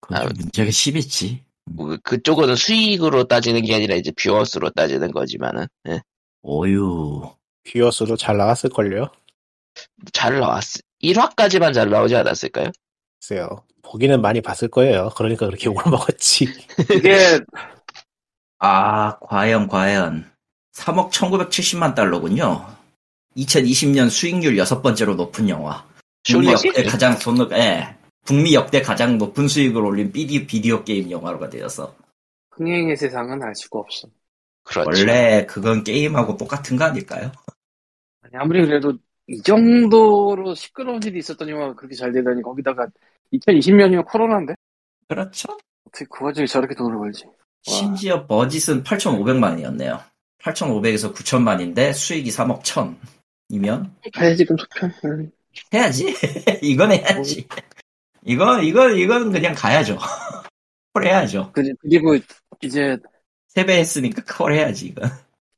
그건 좀
문제가 심했지.
뭐 그쪽은 수익으로 따지는 게 아니라 이제 뷰어스로 따지는 거지만은 예.
오유.
비어스도 잘 나왔을걸요?
잘 나왔. 1화까지만 잘 나오지
음,
않았을까요?
글쎄요. 보기는 많이 봤을 거예요. 그러니까 그렇게 욕을 <laughs> 먹었지.
이게
아 과연 과연 3억 1970만 달러군요. 2020년 수익률 여섯 번째로 높은 영화. 북미
쇼리스.
역대 가장 돈을 예 북미 역대 가장 높은 수익을 올린 비디오, 비디오 게임 영화로가 되어서
흥행의 세상은 알 수가 없어
그렇죠.
원래 그건 게임하고 똑같은 거 아닐까요?
아니, 아무리 그래도 이 정도로 시끄러운 일이 있었던 영화가 그렇게 잘 되다니 거기다가 2020년이면 코로나인데
그렇죠.
어떻게 그 와중에 저렇게 돈을 벌지?
심지어 버짓은 8,500만이었네요. 8,500에서 9,000만인데 수익이 3억 1,000이면
봐야지 그럼 속편. 음.
해야지. <laughs> 이건 해야지. 이거 이거 이건 그냥 가야죠. <laughs> 콜 해야죠.
그, 그리고 이제
세배 했으니까 콜 해야지 이건.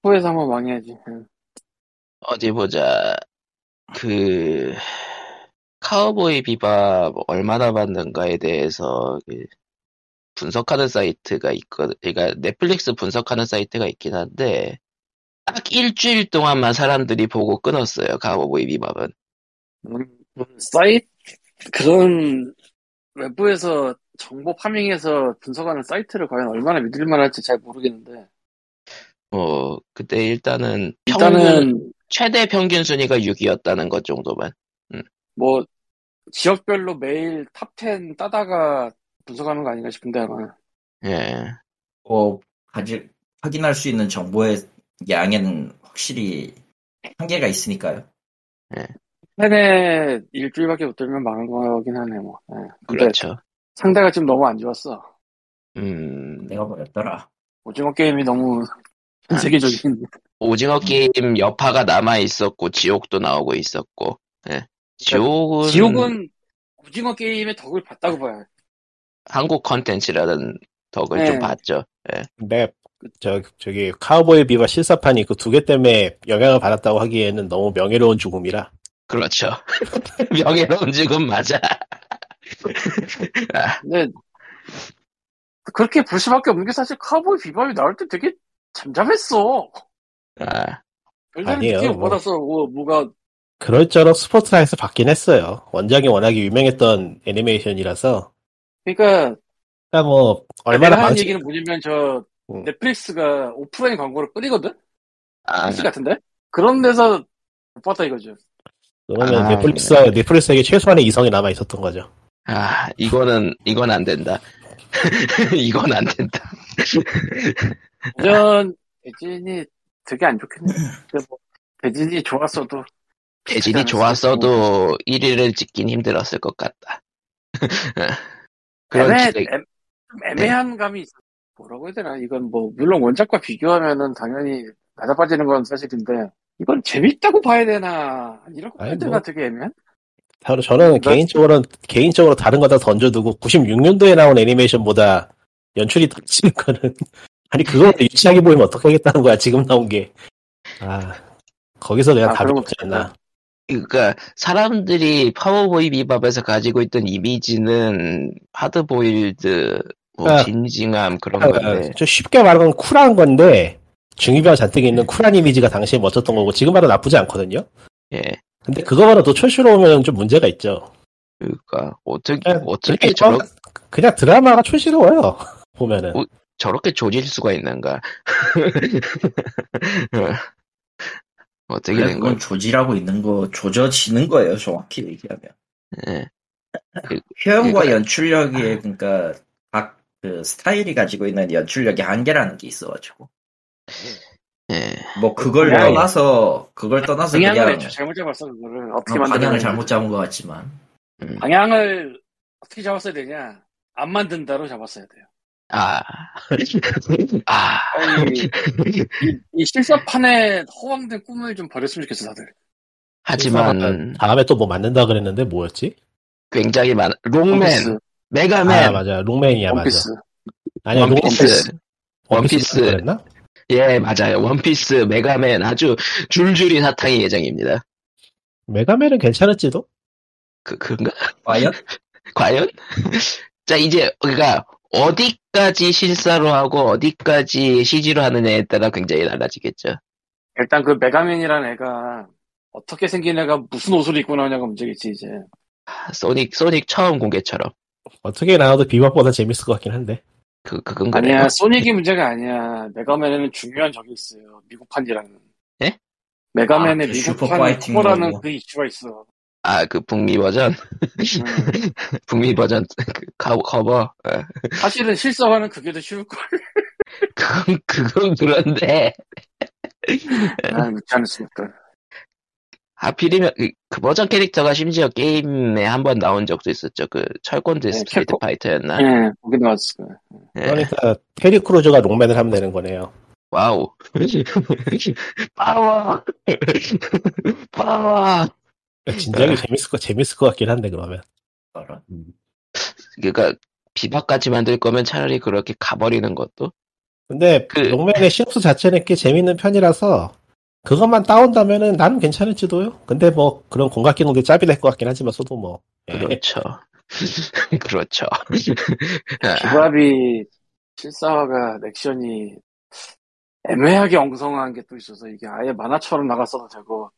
포에서 한번 망해야지. 음. 응.
어디 보자. 그 카우보이 비밥 얼마나 받는가에 대해서 그 분석하는 사이트가 있거든. 그러니까 넷플릭스 분석하는 사이트가 있긴 한데 딱 일주일 동안만 사람들이 보고 끊었어요. 카우보이 비밥은.
음, 사이트 그런 외부에서 정보 파밍해서 분석하는 사이트를 과연 얼마나 믿을만 할지 잘 모르겠는데
어 그때 일단은 평균-
일단은
최대 평균 순위가 6위였다는 것 정도만.
뭐 지역별로 매일 탑 10 따다가 분석하는 거 아닌가 싶은데 아마
예.
어, 가질, 확인할 수 있는 정보의 양에는 확실히 한계가 있으니까요.
팬에 일주일밖에 못 들면 망한 거긴 하네 뭐. 예. 근데
그렇죠.
상대가 지금 너무 안 좋았어.
음.
내가 버렸더라.
오징어 게임이 너무 <laughs> 전 세계적인
오징어 게임 여파가 남아 있었고 지옥도 나오고 있었고 예. 지옥은,
그러니까 지옥은 오징어 게임의 덕을 봤다고 봐요.
한국 컨텐츠라는 덕을
네.
좀 봤죠.
맵, 저, 저기, 카우보이 비바 실사판이 그 두 개 때문에 영향을 받았다고 하기에는 너무 명예로운 죽음이라.
그렇죠. <laughs> 명예로운 지금 맞아.
근데 그렇게 볼 수밖에 없는 게 사실 카우보이 비밥이 나올 때 되게 잠잠했어.
아,
별다른
아니에요,
느낌 못
뭐.
받았어. 뭐, 뭐가
그럴저럭 스포트라이트 받긴 했어요. 원작이 워낙에 유명했던 애니메이션이라서.
그러니까
그러니까 뭐, 얼마나
내가 하는 아,
방식,
얘기는 뭐냐면 저
음.
넷플릭스가 오프라인 광고를 뿌리거든?
아,
넷플릭스 같은데? 그런 데서 못 봤다 이거죠.
그러면
아,
넷플릭스, 넷플릭스에게 최소한의 이성이 남아 있었던 거죠.
아, 이거는 이건 안 된다. <laughs> 이건 안 된다.
예전 배진이 되게 안 좋겠네. 근데 뭐 배진이 좋았어도
대진이 좋았어도 1위를 찍긴 힘들었을 것 같다. <laughs> 예. 그런
애매,
기대,
애- 좀 애매한 감이 있어. 뭐라고 해야 되나? 이건 뭐, 물론 원작과 비교하면은 당연히 낮아빠지는 건 사실인데, 이건 재밌다고 봐야 되나, 이라고 봐야
아니,
되나
뭐.
되게 애매한?
바로
네,
저는
그러니까-
개인적으로는, 개인적으로 다른 거다 던져두고 96년도에 나온 애니메이션보다 연출이 떨어지는 거는, <laughs> 아니, 그걸 유치하게 보이면 어떻게 하겠다는 거야, 지금 나온 게. 아, 거기서 내가
아,
답이
그런 거
없지 않나.
그러니까 사람들이 파워보이 비밥에서 가지고 있던 이미지는 하드보일드, 뭐
아.
진징함 그런 건데.
그러니까 좀 쉽게 말하면 쿨한 건데, 중이병 잔뜩 있는
네.
쿨한 이미지가 당시에 멋졌던 거고, 지금 봐도 나쁘지 않거든요?
예.
근데 그거보다 더 촌스러우면 좀 문제가 있죠.
그러니까 어떻게
그냥
어떻게
아, 그냥
저렇,
그냥 드라마가 촌스러워요. <laughs> 보면은.
어, 저렇게 조질 수가 있는가? <laughs> 어떻게
그래,
된 거야?
그건 조지라고 있는 거, 조져지는 거예요, 정확히 얘기하면.
예.
표현과
그러니까-
연출력의, 그러니까, 각, 그, 스타일이 가지고 있는 연출력의 한계라는 게 있어가지고.
예.
뭐, 그걸
그냥-
떠나서, 그걸 떠나서 그냥,
방향을 애초에 잘못 잡았어, 그렇죠. 그거를. 어떻게 만들어.
방향을 잘못 잡은 것 같지만.
음.
방향을 어떻게 잡았어야 되냐. 안 만든다로 잡았어야 돼요.
<laughs>
아. 아.
아니, 이 실사판에 허황된 꿈을 좀 버렸으면 좋겠어, 다들.
하지만
다음에 또 뭐 만든다 그랬는데 뭐였지?
굉장히 많아. 롱맨,
원피스,
아
메가맨,
맞아 롱맨이야 맞아.
원피스.
아니야 롱-
원피스, 원피스.
그랬나?
예 맞아요. 원피스, 메가맨 아주 줄줄이 사탕이 예정입니다.
메가맨은 괜찮을지도?
그 그런가?
과연?
<laughs> 과연? 자, 이제, 그러니까, 어디까지 실사로 하고, 어디까지 CG로 하느냐에 따라 굉장히 달라지겠죠.
일단 그 메가맨이라는 애가 어떻게 생긴 애가 무슨 옷을 입고 나오냐가 문제겠지, 이제.
네.
아, 소닉, 소닉 처음 공개처럼.
어떻게 나와도 비밥보다 재밌을 것 같긴 한데.
그, 그건 그래요.
아니야, 소닉이 문제가 아니야. 메가맨에는 중요한 적이 있어요. 미국판이라는.
예?
메가맨의
아, 그 슈퍼
미국판
파이팅
코어라는
거고.
그 이슈가 있어.
아, 그 북미 버전?
음.
<laughs> 북미 버전, 그 카- 커버? 어.
사실은 실사화는 그게 더 쉬울걸.
그건, 그건 그런데,
네.
아, 믿지 않았습니까.
하필이면, 그, 그 버전 캐릭터가 심지어 게임에 한 번 나온 적도 있었죠. 그, 철권드
네,
스트리트
캡콤.
파이터였나?
예, 거기 나왔을 거야.
예.
그러니까 테리 크루즈가 롱맨을 하면 되는 거네요. 그러니까
와우.
<laughs>
파워! 파워! 네.
그러니까 진작에 재밌을 거 재밌을 것 같긴 한데 그러면.
저런.
그러니까 비박까지 만들 거면 차라리 그렇게 가버리는 것도
근데
그-
롱맨의 시놉스 자체는 꽤 재밌는 편이라서 그것만 따온다면은 나는 괜찮을지도요. 근데 뭐 그런 공각 기능도 짭이 될 것 같긴 하지만 저도 뭐. 예.
<laughs>
그렇죠. 그렇죠. 아,
기밥이 실사화가 액션이 애매하게 엉성한 게 또 있어서 이게 아예 만화처럼 나갔어도 되고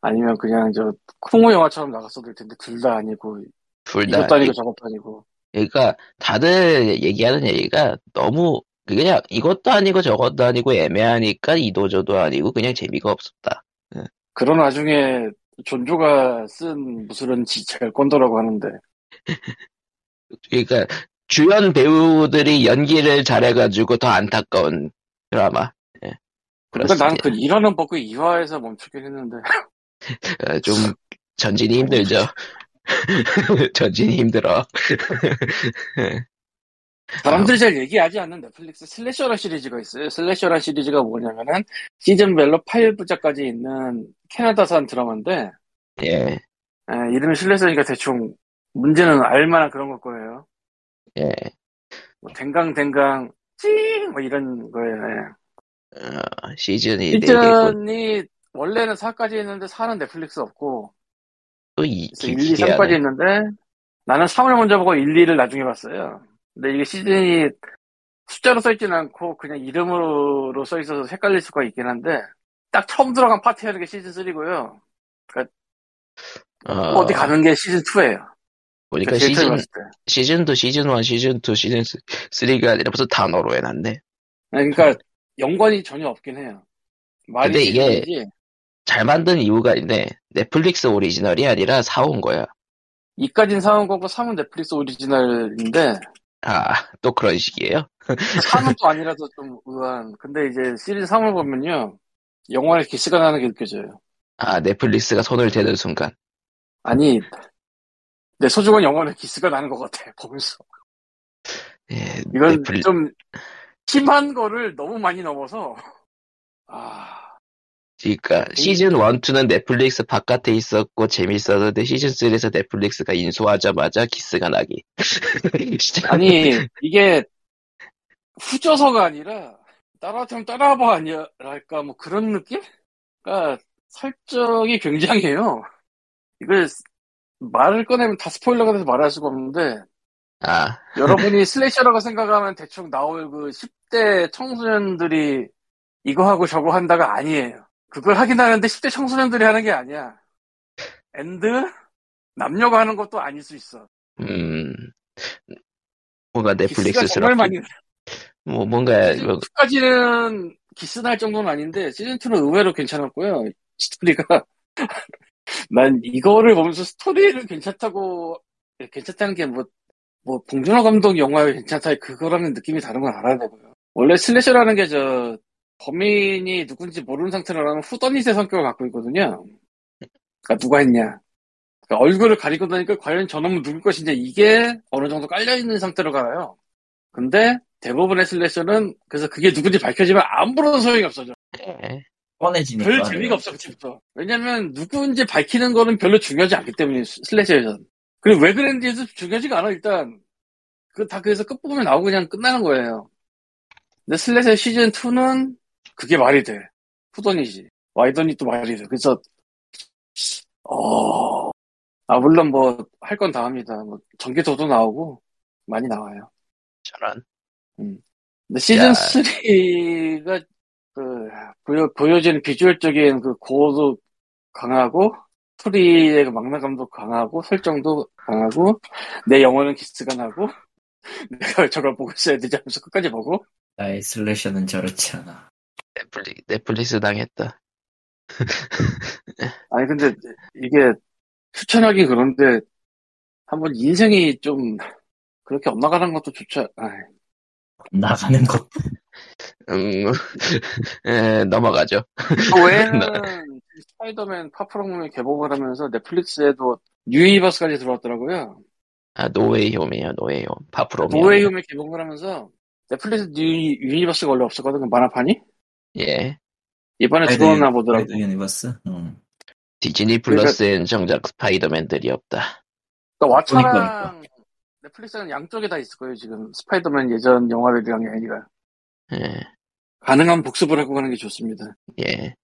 아니면 그냥 저 콩우 영화처럼 나갔어도 될 텐데 둘 다 아니고
둘다
이것도 아니고 저것도 아니고
그러니까 다들 얘기하는 얘기가 너무 그냥 이것도 아니고 저것도 아니고 애매하니까 이도저도 아니고 그냥 재미가 없었다.
그런 와중에 존조가 쓴 무술은 지체가 꼰도라고 하는데
그러니까 주연 배우들이 연기를 잘해가지고 더 안타까운 드라마. 예.
그러니까
그렇습니다.
난그 일하는 법그 2화에서 멈추긴 했는데
어, 좀 전진이 <laughs> 힘들죠. 전진이 힘들어.
사람들이 잘 얘기하지 않는 넷플릭스 슬래셔라 시리즈가 있어요. 슬래셔라 시리즈가 뭐냐면은 시즌별로 8부작까지 있는 캐나다산 드라마인데
예,
예, 이름이 슬래셔니까 대충 문제는 알만한 그런 걸 거예요.
예.
뭐 댕강댕강 찡뭐 이런 거예요. 예.
어, 시즌이 네 개고
시즌이 원래는 4까지 있는데 4는 넷플릭스 없고
또 이,
그래서 1, 2,
기,
3까지
기하네.
있는데 나는 3을 먼저 보고 1, 2를 나중에 봤어요. 근데 이게 시즌이 숫자로 써있진 않고 그냥 이름으로 써있어서 헷갈릴 수가 있긴 한데 딱 처음 들어간 파티하는 게 시즌 3고요. 어... 디 가는 그 게 시즌 2예요.
보니까 아. 그러니까 시즌 시즌도 시즌 1, 시즌 2, 시즌 3가 아니라 무슨 단어로 해놨네.
그러니까 연관이 전혀 없긴 해요. 말이
근데 이게-
시즌이지.
잘 만든 이유가 있네. 넷플릭스 오리지널이 아니라 사온 거야.
2까지는 사온 거고 3은 넷플릭스 오리지널인데
아, 또 그런 식이에요?
3은 또 아니라서 좀 의아한. 근데 이제 시즌 3을 보면요. 영화에 기스가 나는 게 느껴져요.
아, 넷플릭스가 손을 대는 순간.
아니, 내 소중한 영화에 기스가 나는 것 같아, 보면서.
예,
이건
넷플릭-
좀 심한 거를 너무 많이 넘어서, 아,
그러니까
네.
시즌 1, 2는 넷플릭스 바깥에 있었고 재밌었는데 시즌 3에서 넷플릭스가 인수하자마자 키스가 나기. <laughs> 진짜. <laughs>
아니, 이게 후져서가 아니라, 따라하면 따라와봐 아니랄까, 뭐 그런 느낌? 그러니까 설정이 굉장해요. 이걸 말을 꺼내면 다 스포일러가 돼서 말할 수가 없는데,
아, <laughs>
여러분이 슬래셔라고 생각하면 대충 나올 그 10대 청소년들이 이거 하고 저거 한다가 아니에요. 그걸 하긴 하는데 10대 청소년들이 하는 게 아니야. 앤드 남녀가 하는 것도 아닐 수 있어.
음. 뭔가
기스가 정말
넷플릭스스럽고
많이 네.
뭐 뭔가 뭐,
2까지는 기스 날 정도는 아닌데 시즌 2는 의외로 괜찮았고요. 스토리가 <laughs> 난 이거를 보면서 스토리를 괜찮다고 괜찮다는 게 뭐 뭐 봉준호 감독 영화에 괜찮다 그거라는 느낌이 다른 건 알아야 되고요. 원래 슬래셔라는 게 저 범인이 누군지 모르는 상태로 하면 후더닛의 성격을 갖고 있거든요. 그러니까 누가 했냐. 그러니까 얼굴을 가리고 나니까 과연 저놈은 누굴 것인지 이게 어느 정도 깔려있는 상태로 가요. 근데 대부분의 슬래셔는 그래서 그게 누군지 밝혀지면 아무런 소용이 없어져.
예.
뻔해지니까.
별 재미가 없어 그때부터. 왜냐면 누구인지 밝히는 거는 별로 중요하지 않기 때문에 슬래셔에서는. 그리고 왜 그랬는지도 중요하지가 않아 일단. 그 다 그래서 끝부분에 나오고 그냥 끝나는 거예요. 근데 슬래셔 시즌 2는 그게 말이 돼. 후던이지. 와이던이 또 말이 돼. 그래서 어. 아 물론 뭐 할 건 다 합니다. 뭐 전기도도 나오고 많이 나와요.
저런.
근데 시즌
야.
3가 그 보여, 보여지는 비주얼적인 그 고도 강하고 스토리의 그 막나감도 강하고 설정도 강하고 내 영혼은 기스가 나고 <laughs> 내가 저걸 보고 있어야 되지 하면서 끝까지 보고
나의 슬래셔는 저렇지 않아.
넷플릭, 넷플릭스 당했다.
아니 근데 이게 추천하기 그런데 한번 인생이 좀 그렇게 엇나가는 것도 좋지 않...
나가는 것.
아,
음, <laughs> 예, 넘어가죠.
그 <laughs> 외에는 스파이더맨 파프로몬이 개봉을 하면서 넷플릭스에도 뉴이버스까지 들어왔더라고요.
아, 노웨이 홈이에요, 노웨이 홈. 파프로미아.
노웨이홈이 개봉을 하면서 넷플릭스 뉴 유니버스가 원래 없었거든 그 만화판이
예.
이번에
아이들-
들어왔나 보더라고.
레드 유니버스. 음. 응.
디즈니 플러스엔 정작 스파이더맨들이 없다.
그러니까
보니까
왓챠랑 넷플릭스는 양쪽에 다 있을 거예요 지금 스파이더맨 예전 영화들이랑 애니가
예.
가능한 복습을 하고 가는 게 좋습니다.
예.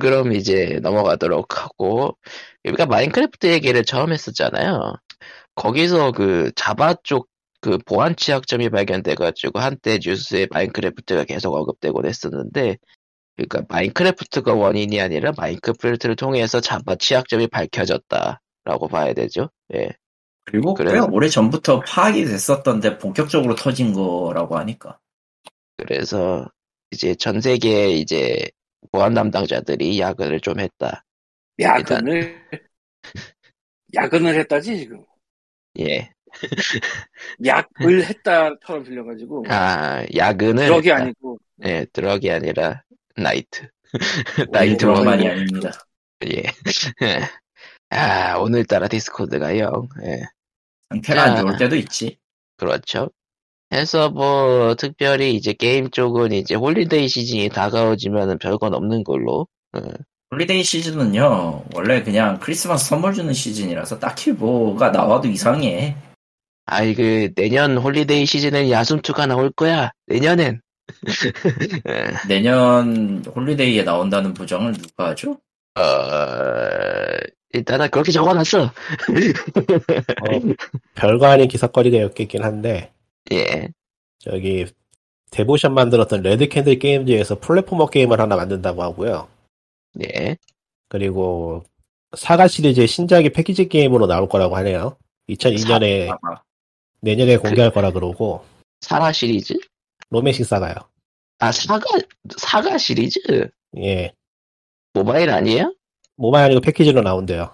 그럼 이제 넘어가도록 하고, 우리가 마인크래프트 얘기를 처음 했었잖아요. 거기서 그 자바 쪽 그 보안 취약점이 발견돼가지고 한때 뉴스에 마인크래프트가 계속 언급되곤 했었는데, 그러니까 마인크래프트가 원인이 아니라 마인크래프트를 통해서 자바 취약점이 밝혀졌다라고 봐야 되죠. 예.
그리고 꽤
그래요?
오래 전부터 파악이 됐었던데 본격적으로 터진 거라고 하니까.
그래서 이제 전 세계 이제 보안 담당자들이 야근을 좀 했다.
야근을 <laughs> 야근을 했다지 지금
예.
네.
약을 했다처럼 들려가지고
아, 야근을
그러기
했다.
아니고
예, 드럭이 아니라 나이트. 나이트
그런 말이
먹는
아닙니다.
예. <laughs> 아, 오늘따라 디스코드가 영. 예,
상태가 안
야. 아.
좋을 때도 있지.
그렇죠. 해서 뭐 특별히 이제 게임 쪽은 이제 홀리데이 시즌이 다가오지만은 별건 없는 걸로.
홀리데이 시즌은요, 원래 그냥 크리스마스 선물 주는 시즌이라서 딱히 뭐가 나와도 이상해.
아이 그 내년 홀리데이 시즌엔 야숨투가 나올 거야. 내년엔.
내년 홀리데이에 나온다는 부정을 누가 하죠?
어 일단은 그렇게 적어놨어.
어, 별거 아닌 기사거리가 엮여 있긴 한데
예.
저기 데보션 만들었던 레드캔들 게임즈에서 플랫포머 게임을 하나 만든다고 하고요.
예.
그리고 사가 시리즈의 신작이 패키지 게임으로 나올 거라고 하네요.
네.
2002년에
아마.
내년에 공개할 거라 그러고
사라 시리즈?
로맨싱 사가요.
아 사가 사가 시리즈?
예,
모바일 아니에요?
모바일 아니고 패키지로 나온대요.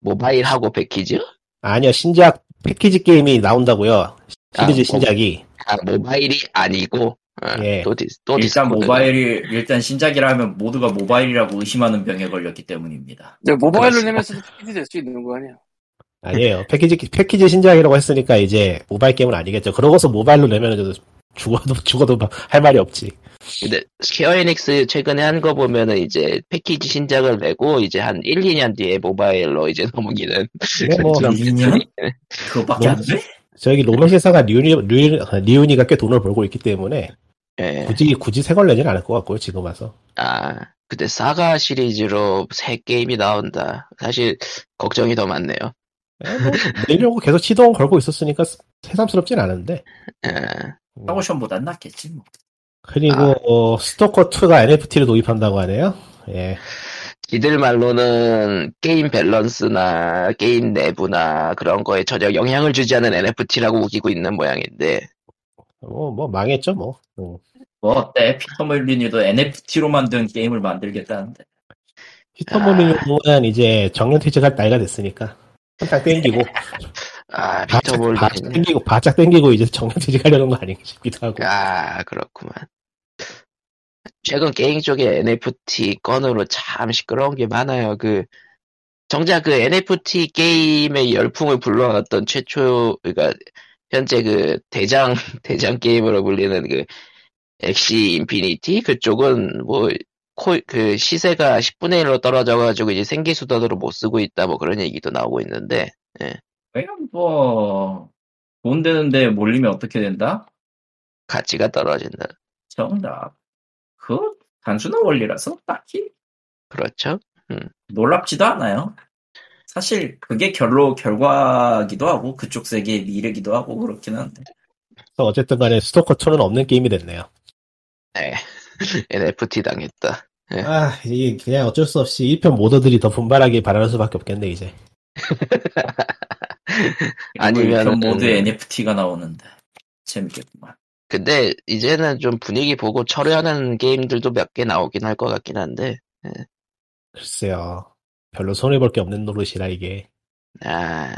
모바일하고 패키지요?
아니요, 신작 패키지 게임이 나온다고요. 시리즈
아,
신작이
아 모바일이 아니고. 어,
예.
또 디, 또
일단
디스코드.
모바일이, 일단 신작이라 하면 모두가 모바일이라고 의심하는 병에 걸렸기 때문입니다.
근데 네, 모바일로
그렇지.
내면서도 패키지 될 수 있는 거 아니야?
아니에요. 패키지 패키지 신작이라고 했으니까 이제 모바일 게임은 아니겠죠. 그러고서 모바일로 내면 죽어도 <laughs> 죽어도 할 말이 없지.
근데 스퀘어 에닉스 최근에 한 거 보면은 이제 패키지 신작을 내고 이제 한 1, 2년 뒤에 모바일로 이제 <laughs> 넘기는
예,
네, 뭐.
그런
이년? 그거밖에 안 돼?
저기 로맨싱사가 리우니, 리니가꽤 돈을 벌고 있기 때문에
예.
굳이 굳이 새 걸 내진 않을 것 같고요 지금 와서
아, 근데 사가 시리즈로 새 게임이 나온다. 사실 걱정이 더 많네요.
에, 뭐 내려고 계속 시동 걸고 있었으니까 새삼스럽진 않은데
예.
음,
파고션보단 낫겠지 뭐.
그리고
아.
어, 스토커 2가 NFT를 도입한다고 하네요. 예,
이들 말로는 게임 밸런스나 게임 내부나 그런 거에 전혀 영향을 주지 않은 NFT라고 우기고 있는 모양인데
뭐, 뭐 망했죠 뭐. 음.
뭐 어때? 피터 멀리니도 NFT로 만든 게임을 만들겠다는데.
히터
아.
모리는 이제 정년 퇴직할 나이가 됐으니까 바짝 땡기고
<laughs> 아 피터
바짝,
볼린
바짝 땡기고 바짝 땡기고 이제 정년 퇴직하려는 거 아닌가 싶기도 하고.
아 그렇구만 최근 게임 쪽에 NFT 건으로 참 시끄러운 게 많아요 그 정작 그 NFT 게임의 열풍을 불러왔던 최초 그러니까 현재 그 대장 <laughs> 대장 게임으로 불리는 그 엑시 인피니티 그쪽은 뭐 뭐그 시세가 10분의 1로 떨어져가지고 이제 생기 수단으로 못 쓰고 있다 뭐 그런 얘기도 나오고 있는데
그냥 뭐, 뭐돈 되는데 몰리면 어떻게 된다?
가치가 떨어진다
정답. 그 단순한 원리라서 딱히
그렇죠 <laughs>
놀랍지도 않아요. 사실 그게 결로 결과기도 하고 그쪽 세계의 미래기도 하고 그렇긴 한데.
그래서 어쨌든 간에 스토커 2는 없는 게임이 됐네요.
NFT 당했다
아 이게 그냥 어쩔 수 없이 1편 모더들이 더 분발하길 바라는 수밖에 없겠네 이제.
아니면은-
그런 모두 NFT가 나오는데 재밌겠구만.
근데 이제는 좀 분위기 보고 철회하는 게임들도 몇 개 나오긴 할 것 같긴 한데
글쎄요. 별로 손해볼 게 없는 노릇이라 이게.
아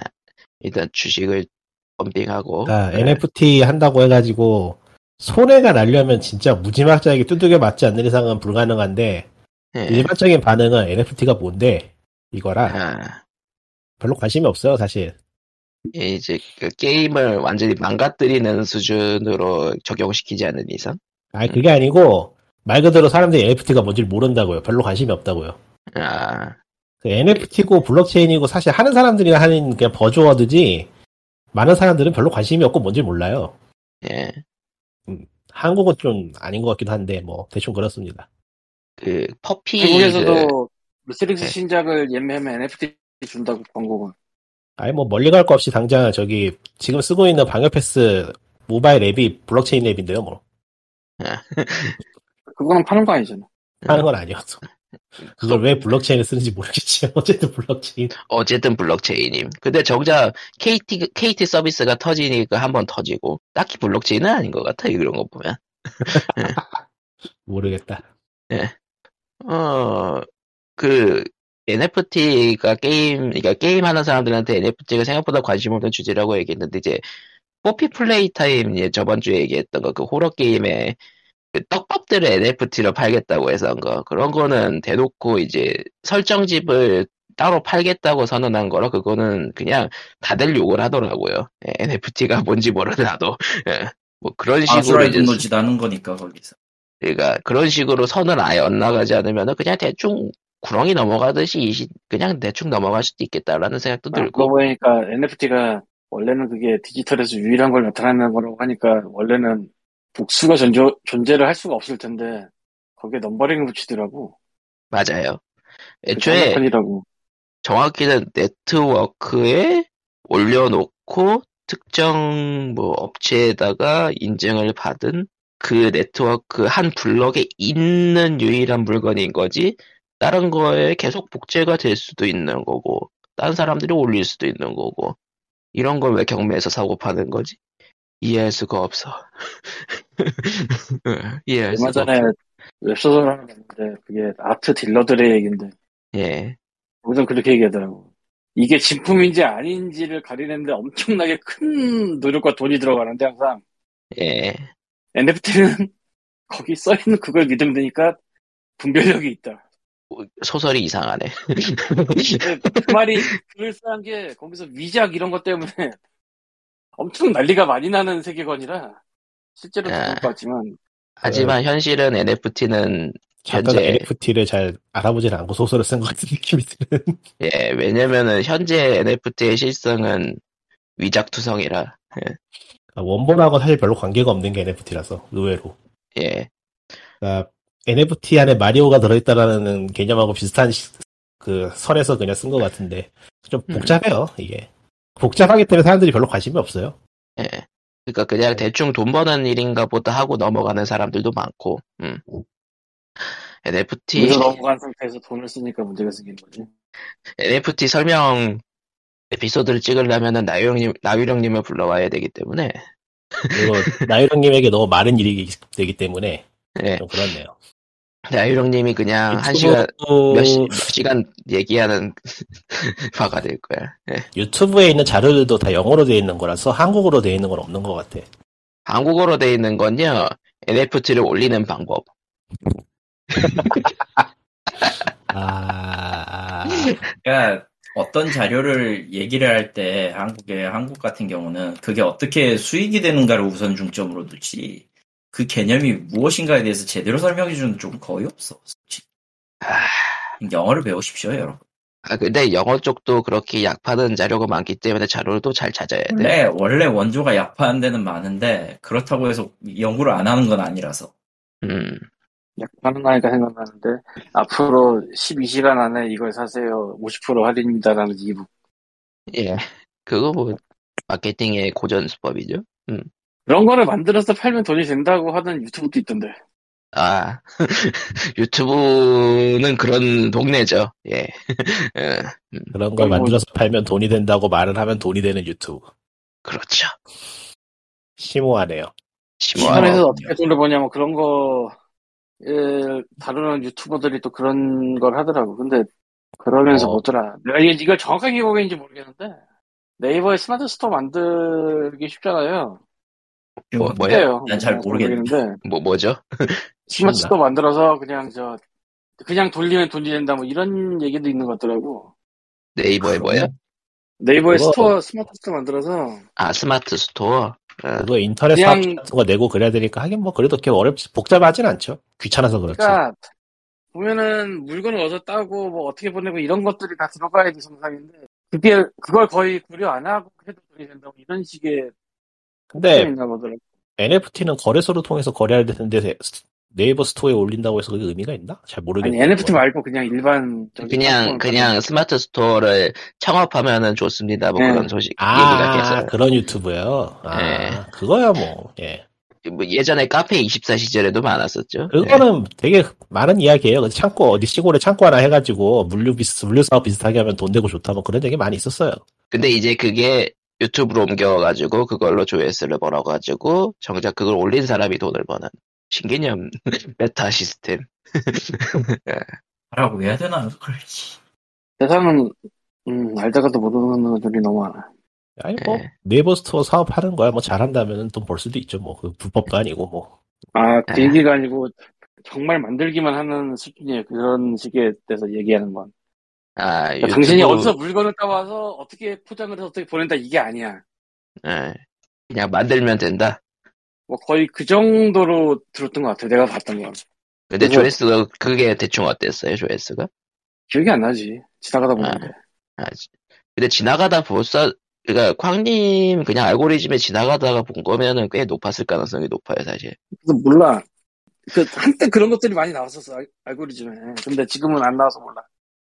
일단 주식을 펌핑하고
그러니까 NFT 한다고 해가지고 손해가 나려면 진짜 무지막지하게 두들겨 맞지 않는 이상은 불가능한데
예.
일반적인 반응은 NFT가 뭔데 이거라
아,
별로 관심이 없어요 사실.
이제 그 게임을 완전히 망가뜨리는 수준으로 적용시키지 않는 이상
아 그게 아니고 말 그대로 사람들이 NFT가 뭔지를 모른다고요. 별로 관심이 없다고요. 그
아
NFT고 블록체인이고 사실 하는 사람들이 하는 그냥 버즈워드지 많은 사람들은 별로 관심이 없고 뭔지 몰라요.
예.
한국은 좀 아닌 것 같기도 한데 뭐 대충 그렇습니다.
그 퍼피 그
중국에서도
그
미스릭스
네.
신작을 예매하면 NFT 준다고 광고가.
아니 뭐 멀리 갈 거 없이 당장 저기 지금 쓰고 있는 방역 패스 모바일 앱이 블록체인 앱인데요 뭐
그거는 파는 거 아니잖아.
하는 건 아니어서 그걸 왜 블록체인을 쓰는지 모르겠지만 <laughs> 어쨌든 블록체인
그, 어쨌든 블록체인임 근데 정작 KT KT 서비스가 터지니까 한번 터지고 딱히 블록체인은 아닌 것 같아 이런 거 보면
모르겠다
어, 그, NFT가 게임, 그러니까 게임 하는 사람들한테 NFT가 생각보다 관심 없는 주제라고 얘기했는데, 이제, 뽀피 플레이 타임, 예, 저번 주에 얘기했던 거, 그 호러 게임에, 그 떡밥들을 NFT로 팔겠다고 해서 한 거, 그런 거는 대놓고 이제 설정집을 따로 팔겠다고 선언한 거라, 예, 그거는 그냥 다들 욕을 하더라고요. NFT가 뭔지 모르더라도. 뭐 그런 식으로
아수라의
이제
분노지 나는 거니까 거기서
그러니까 그런 식으로 선을 아예 엇나가지 않으면 그냥 대충 구렁이 넘어가듯이 이 시- 그냥 대충 넘어갈 수도 있겠다라는 생각도
아, 그러고
들고
보니까 NFT가 원래는 그게 디지털에서 유일한 걸 나타내는 거라고 하니까 원래는 복수가 존재, 존재를 할 수가 없을 텐데 거기에 넘버링을 붙이더라고.
맞아요.
그
애초에
편이라고.
정확히는 네트워크에 올려놓고 특정 뭐 업체에다가 인증을 받은 그 네트워크 한 블럭에 있는 유일한 물건인 거지 다른 거에 계속 복제가 될 수도 있는 거고 다른 사람들이 올릴 수도 있는 거고 이런 걸 왜 경매에서 사고 파는 거지 이해할 수가 없어 <laughs> 예, 이해할
얼마
수가
전에
없어
웹소설 하나 봤는데 그게 아트 딜러들의 얘기인데
예
거기서 그렇게 얘기하더라고. 이게 진품인지 아닌지를 가리는데 엄청나게 큰 노력과 돈이 들어가는데 항상
예.
NFT는 <laughs> 거기 써있는 그걸 믿으면 되니까 분별력이 있다.
소설이
<laughs>
이상하네
그 말이 글을 쓰는 게 거기서 위작 이런 것 때문에 <laughs> 엄청 난리가 많이 나는 세계관이라 실제로
아.
그럴 것 같지만
하지만 현실은 NFT는
잠깐
현재-
NFT를 잘 알아보진 않고 소설을 쓴 것 같은 느낌이 드는.
예, 왜냐면은 현재 NFT의 실성은 위작투성이라,
아, 원본하고 사실 별로 관계가 없는 게 NFT라서 의외로.
예,
그러니까 NFT 안에 마리오가 들어있다라는 개념하고 비슷한 시- 그 설에서 그냥 쓴 것 같은데 좀
음.
복잡해요 이게. 복잡하기 때문에 사람들이 별로 관심이 없어요.
예. 그러니까 그냥 대충 돈 버는 일인가 보다 하고 넘어가는 사람들도 많고, 음. NFT,
그래서 넘어간 상태에서 돈을 쓰니까 문제가 생기는 거지.
NFT 설명 에피소드를 찍으려면은 나유령님, 나유령님을 불러와야 되기 때문에,
그리고 나유령님에게 너무 많은 일이 되기 때문에
예,
좀 그렇네요.
나유령님이 그냥 아, 한 시간,
유튜브도- 뭐
몇, 시, 몇 시간 얘기하는 <laughs> 화가 될 거야. 예.
유튜브에 있는 자료들도 다 영어로 되어 있는 거라서 한국어로 되어 있는 건 없는 것 같아.
한국어로 돼 있는 건요, NFT를 올리는 방법.
아,
그러니까 어떤 자료를 얘기를 할 때 한국의 한국 같은 경우는 그게 어떻게 수익이 되는가를 우선 중점으로 두지 그 개념이 무엇인가에 대해서 제대로 설명해 주는 쪽은 거의 없어 솔직히. 영어를 배우십시오 여러분
아, 근데 영어 쪽도 그렇게 약파는 자료가 많기 때문에 자료를 또 잘 찾아야 돼.
원래, 원래 원조가 약파한 데는 많은데 그렇다고 해서 연구를 안 하는 건 아니라서
음,
약간은 아이가 생각나는데 앞으로 12시간 안에 이걸 사세요. 50% 할인입니다라는 이북.
예. 그거 뭐, 마케팅의 고전 수법이죠.
그런 거를 만들어서 팔면 돈이 된다고 하는 유튜브도 있던데.
아, <laughs> 유튜브는 그런 동네죠. 예. <laughs> 예,
그런
그리고-
걸 만들어서 팔면 돈이 된다고 말을 하면 돈이 되는 유튜브.
그렇죠.
심오하네요.
심오한,
시간에서
뭐.
어떻게 돈을 버냐면 그런 거 예, 다루는 유튜버들이 또 그런 걸 하더라고. 근데 그러면서
어.
뭐더라. 내가 이- 이걸 정확하게 고객인지 모르겠는데 네이버에 스마트 스토어 만들기 쉽잖아요.
뭐, 뭐야?
해요.
어, 예. 난잘 모르겠는데. <laughs>
뭐, 뭐죠?
스마트
쉽나?
스토어 만들어서 그냥 저 그냥 돌리면 돈이 된다 뭐 이런 얘기도 있는 것 같더라고.
네이버에 뭐야?
네이버에
그거-
스토어 스마트 스토어 만들어서
아, 스마트 스토어. 아,
그거 인터넷
그냥-
사업 같은 거 내고 그래야 되니까 하긴 뭐 그래도 그렇게 어렵지 복잡하진 않죠. 귀찮아서 그렇지.
그러니까 보면은 물건을 어디서 따고 뭐 어떻게 보내고 이런 것들이 다 들어가야 지 정상인데 그게 그걸 거의 고려 안 하고 해도 돈이 된다고 이런 식의
근데
네.
게 있나 보더라고.
NFT는 거래소로 통해서 거래할 텐데 네- 네이버 스토어에 올린다고 해서 그게 의미가 있나? 잘
아니
모르겠고.
NFT 말고 그냥 그렇죠. 일반 저기
그렇죠. 그냥,
플랫폼을
그냥 스마트 스토어를 창업하면은 좋습니다. 뭐
네.
그런 소식, 얘기가
아
계속.
그런 유튜브요. 아
예.
그거야 뭐. 예.
뭐 예전에 카페 24 시절에도 많았었죠. 예.
그거는 되게 많은 이야기예요. 그래서 창고 어디 시골에 창고 하나 해가지고 물류 비스 물류 사업 비슷하게 하면 돈 되고 좋다 뭐 그런 얘기 많이 있었어요.
근데 이제 그게 유튜브로 옮겨가지고 그걸로 조회수를 벌어가지고 정작 그걸 올린 사람이 돈을 버는 신개념 <laughs> 메타 시스템.
하라고 해야 되나 그렇지
세상은 음, 알다가도 모르는 것들이 너무 많아.
아니 뭐
예.
네이버 스토어 사업하는 거야 뭐 잘한다면 돈 벌 수도 있죠. 뭐 그 불법도 아니고 뭐.
아그
아.
얘기가 아니고 정말 만들기만 하는 수준이에요. 그런 식에 대해서 얘기하는 건.
아
그러니까
유튜브.
당신이 어디서 물건을 따와서 어떻게 포장을 해서 어떻게 보낸다 이게 아니야.
예. 그냥 만들면 된다.
뭐 거의 그 정도로 들었던 것 같아요. 내가 봤던 건.
근데
그거-
조회수가 그게 대충 어땠어요 조회수가?
기억이 안 나지. 지나가다 보는데.
아, 지- 근데 지나가다 보사 그러니까 광님 그냥 알고리즘에 지나가다가 본 거면은 꽤 높았을 가능성이 높아요 사실.
그래서 몰라. 그 한때 그런 것들이 많이 나왔었어 알- 알고리즘에. 근데 지금은 안 나와서 몰라.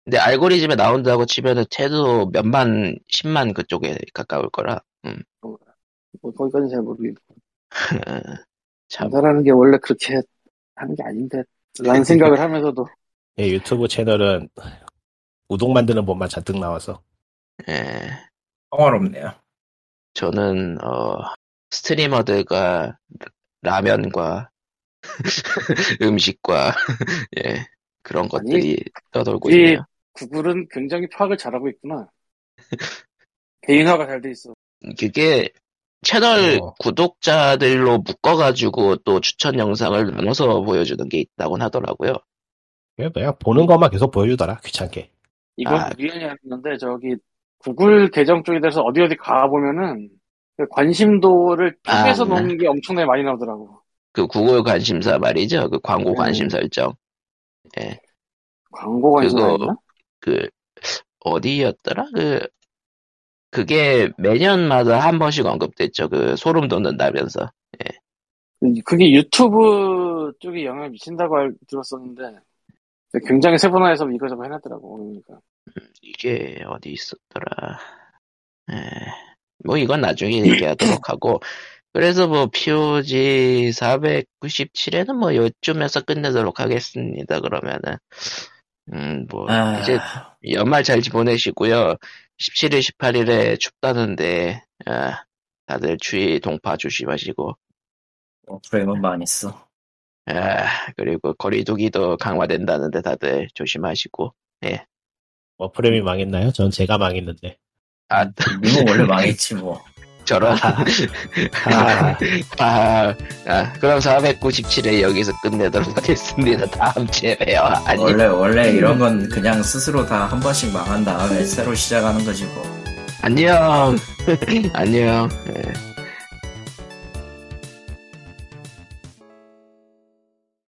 근데 알고리즘에 나온다고 치면은 최소 몇만 10만 그쪽에 가까울 거라. 음.
뭐 거기까지는 잘 모르겠고.
참
전달하는 게 원래 그렇게 하는 게 아닌데.
<laughs>
라는 생각을 하면서도
예, 유튜브 채널은 우동 만드는 법만 잔뜩 나와서
예.
평화롭네요.
저는 어, 스트리머들과 라면과 <laughs> 음식과 <laughs> 예, 그런 것들이 떠돌고
이-
있네요.
구글은 굉장히 파악을
<laughs>
잘하고 있구나. 개인화가 잘 돼 있어.
그게 채널
어.
구독자들로 묶어가지고 또 추천 영상을 나눠서 보여주는 게 있다곤 하더라고요.
예, 그냥 보는 것만 계속 보여주더라 귀찮게
이건
아.
우연히 아는데 저기 구글 계정 쪽에 대해서 어디 어디 가 보면은 관심도를
아,
쪼개서
네.
놓은 게 엄청나게 많이 나오더라고.
그 구글 관심사 말이죠. 그 광고
음.
관심 설정.
광고 관심
그거-
있나?
그 어디였더라? 그 그게 매년마다 한 번씩 언급됐죠. 그 소름 돋는다면서.
그게 유튜브 쪽에 영향을 미친다고 알- 들었었는데 굉장히 세분화해서 이거저거 해놨더라고 그러니까
이게 어디 있었더라. 에, 뭐 이건 나중에 얘기하도록 하고. 그래서 뭐 POG 497에는 뭐 요쯤에서 끝내도록 하겠습니다. 그러면은 음 뭐
아,
이제 연말 잘 보내시고요. 17일 18일에 춥다는데 아, 다들 추위 동파 조심하시고
어, 프레임은 많이 써.
아, 그리고 거리두기도 강화된다는데 다들 조심하시고
뭐 프레임이 망했나요? 전 제가 망했는데
아
이거 원래 망했지 뭐.
저런
아,
아, 아, 그럼 497회 여기서 끝내도록 하겠습니다. 다음 주에 봬요. 안녕.
원래 원래 이런 건 그냥 스스로 다 한 번씩 망한 다음에 새로 시작하는 거지 뭐.
<laughs> 안녕. 안녕. 예.